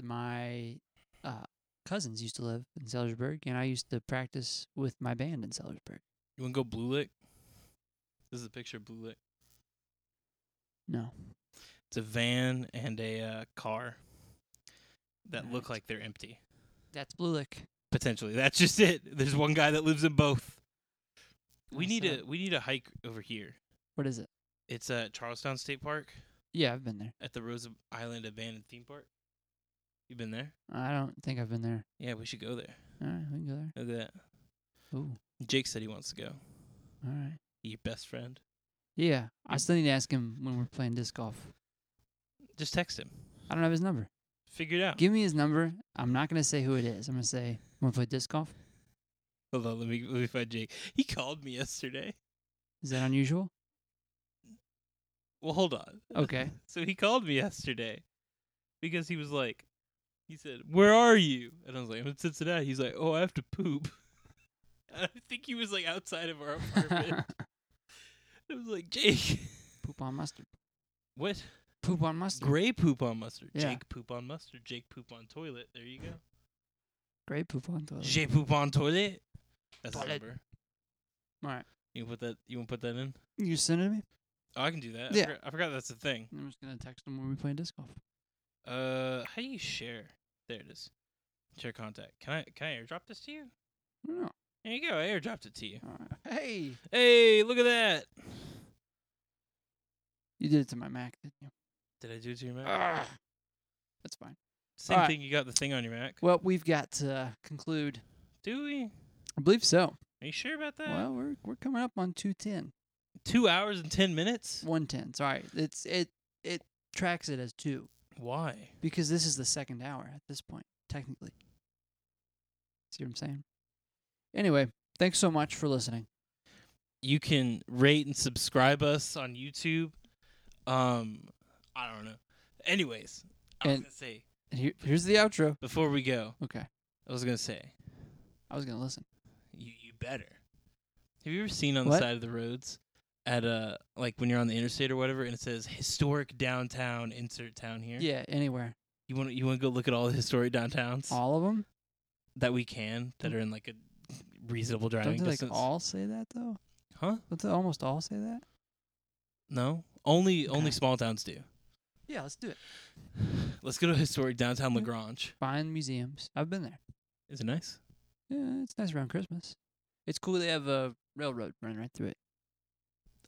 my uh, cousins used to live in Sellersburg, and I used to practice with my band in Sellersburg.
You want to go Blue Lick? This is a picture of Blue Lick.
No,
It's a van and a uh, car that look
Alright.
like they're empty.
that's Blulick.
Potentially, that's just it. There's one guy that lives in both. We
That's
need
not-
a we need a hike over here.
What is it?
It's at Charlestown State Park
Yeah, I've been there.
at the Rosa Island Abandoned Theme Park. You been there?
I don't think I've been there.
Yeah, we should go there.
All right, we can go there.
Look at
Ooh,
that. Jake said he wants to go.
all right.
Your best friend.
Yeah, I
You-
still need to ask him when we're playing disc golf.
Just text him.
I don't have his number.
Figure it out.
Give me his number. I'm not gonna say who it is. I'm gonna say want to play disc golf.
Hold on, let me let me find Jake. He called me yesterday.
Is that unusual?
Well, hold on.
Okay.
So he called me yesterday because he was like, he said, "Where are you?" And I was like, "I'm in Cincinnati." He's like, "Oh, I have to poop." And I think he was like outside of our apartment. I was like, "Jake,
Poop on mustard.
what?
Poop on mustard.
Gray poop on mustard?
Yeah.
Jake poop on mustard? Jake poop on toilet? There you go.
Great poop on toilet.
Jake poop on toilet. That's
Toilet.
his number.
All right.
You wanna put that. You want to put that in?
You send it to me.
Oh, I can do that. I
Yeah.
forgot, I forgot that's the thing.
I'm just gonna text him when we play disc golf.
Uh, how do you share? There it is. Share contact. Can I can I airdrop this to you?
I don't know.
There you go. I airdropped it to you.
Alright. Hey,
Hey, look at that.
you did it to my Mac, didn't you?
Did I do it to your Mac?
Ah. That's fine.
Same
alright.
thing. You got the thing on your Mac.
Well, we've got to conclude.
do we?
I believe so.
Are you sure about that?
Well, we're we're coming up on 210.
two hours and ten minutes.
110. Sorry. It's it it tracks it as 2
Why?
because this is the second hour at this point, technically. See what I'm saying? Anyway, thanks so much for listening.
You can rate and subscribe us on YouTube. Um, I don't know. Anyways, I was
And-
gonna say
And here, here's the outro.
before we go,
Okay.
I was gonna say
I was going to listen.
you you better. Have you ever seen on
What?
the side of the roads at uh like when you're on the interstate or whatever and it says historic downtown insert town here?
Yeah, anywhere.
You want you want to go look at all the historic downtowns
All of them?
that we can that are in like a reasonable
Don't
driving
they like
distance.
all say that though?
Huh?
Don't they almost all say that?
No, only
Okay.
only small towns do.
Yeah, let's do it.
Let's go to historic downtown
Yeah.
Lagrange.
Fine museums. I've been there.
Is it nice?
Yeah, it's nice around Christmas. It's cool they have a railroad running right through it.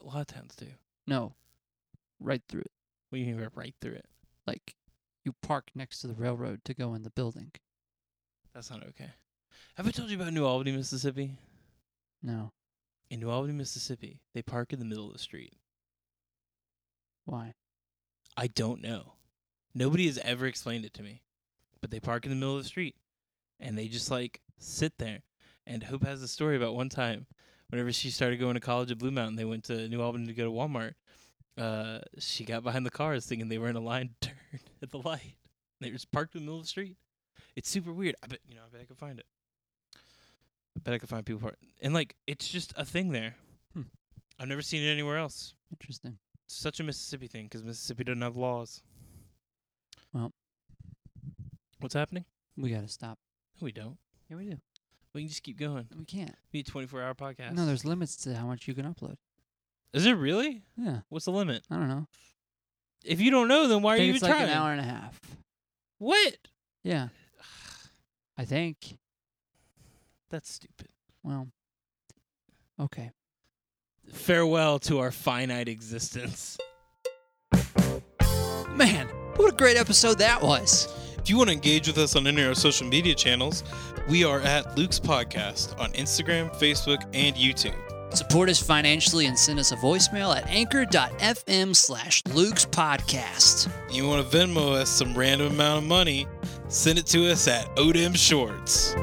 A lot of towns do.
No, right through it.
We can rip right through it.
Like you park next to the railroad to go in the building.
That's not okay. Have I told you about New Albany, Mississippi?
No,
In New Albany, Mississippi, they park in the middle of the street.
why?
I don't know. Nobody has ever explained it to me. But they park in the middle of the street and they just like sit there. And Hope has a story about one time whenever she started going to college at Blue Mountain, they went to New Albany to go to Walmart. Uh, she got behind the cars thinking they were in a line to turn at the light. They were just parked in the middle of the street. It's super weird. I bet you know, I bet I could find it. I bet I could find people park and like it's just a thing there.
Hmm.
I've never seen it anywhere else
Interesting.
such a Mississippi thing because Mississippi doesn't have laws.
Well.
what's happening?
We gotta stop.
No, we don't.
Yeah, we do.
We can just keep going.
We can't.
Be a twenty-four hour podcast.
No, there's limits to how much you can upload.
Is it really?
Yeah,
What's the limit?
I don't know.
If you don't know, then why
I
are you
think
even
it's like
trying?
an hour and a half.
What?
Yeah, I think.
That's stupid.
Well, okay.
Farewell to our finite existence.
Man, what a great episode that was.
If you want to engage with us on any of our social media channels, we are at Luke's Podcast on Instagram, Facebook, and YouTube.
Support us financially and send us a voicemail at anchor.fm slash Luke's Podcast.
You want to Venmo us some random amount of money? Send it to us at Odem Shorts.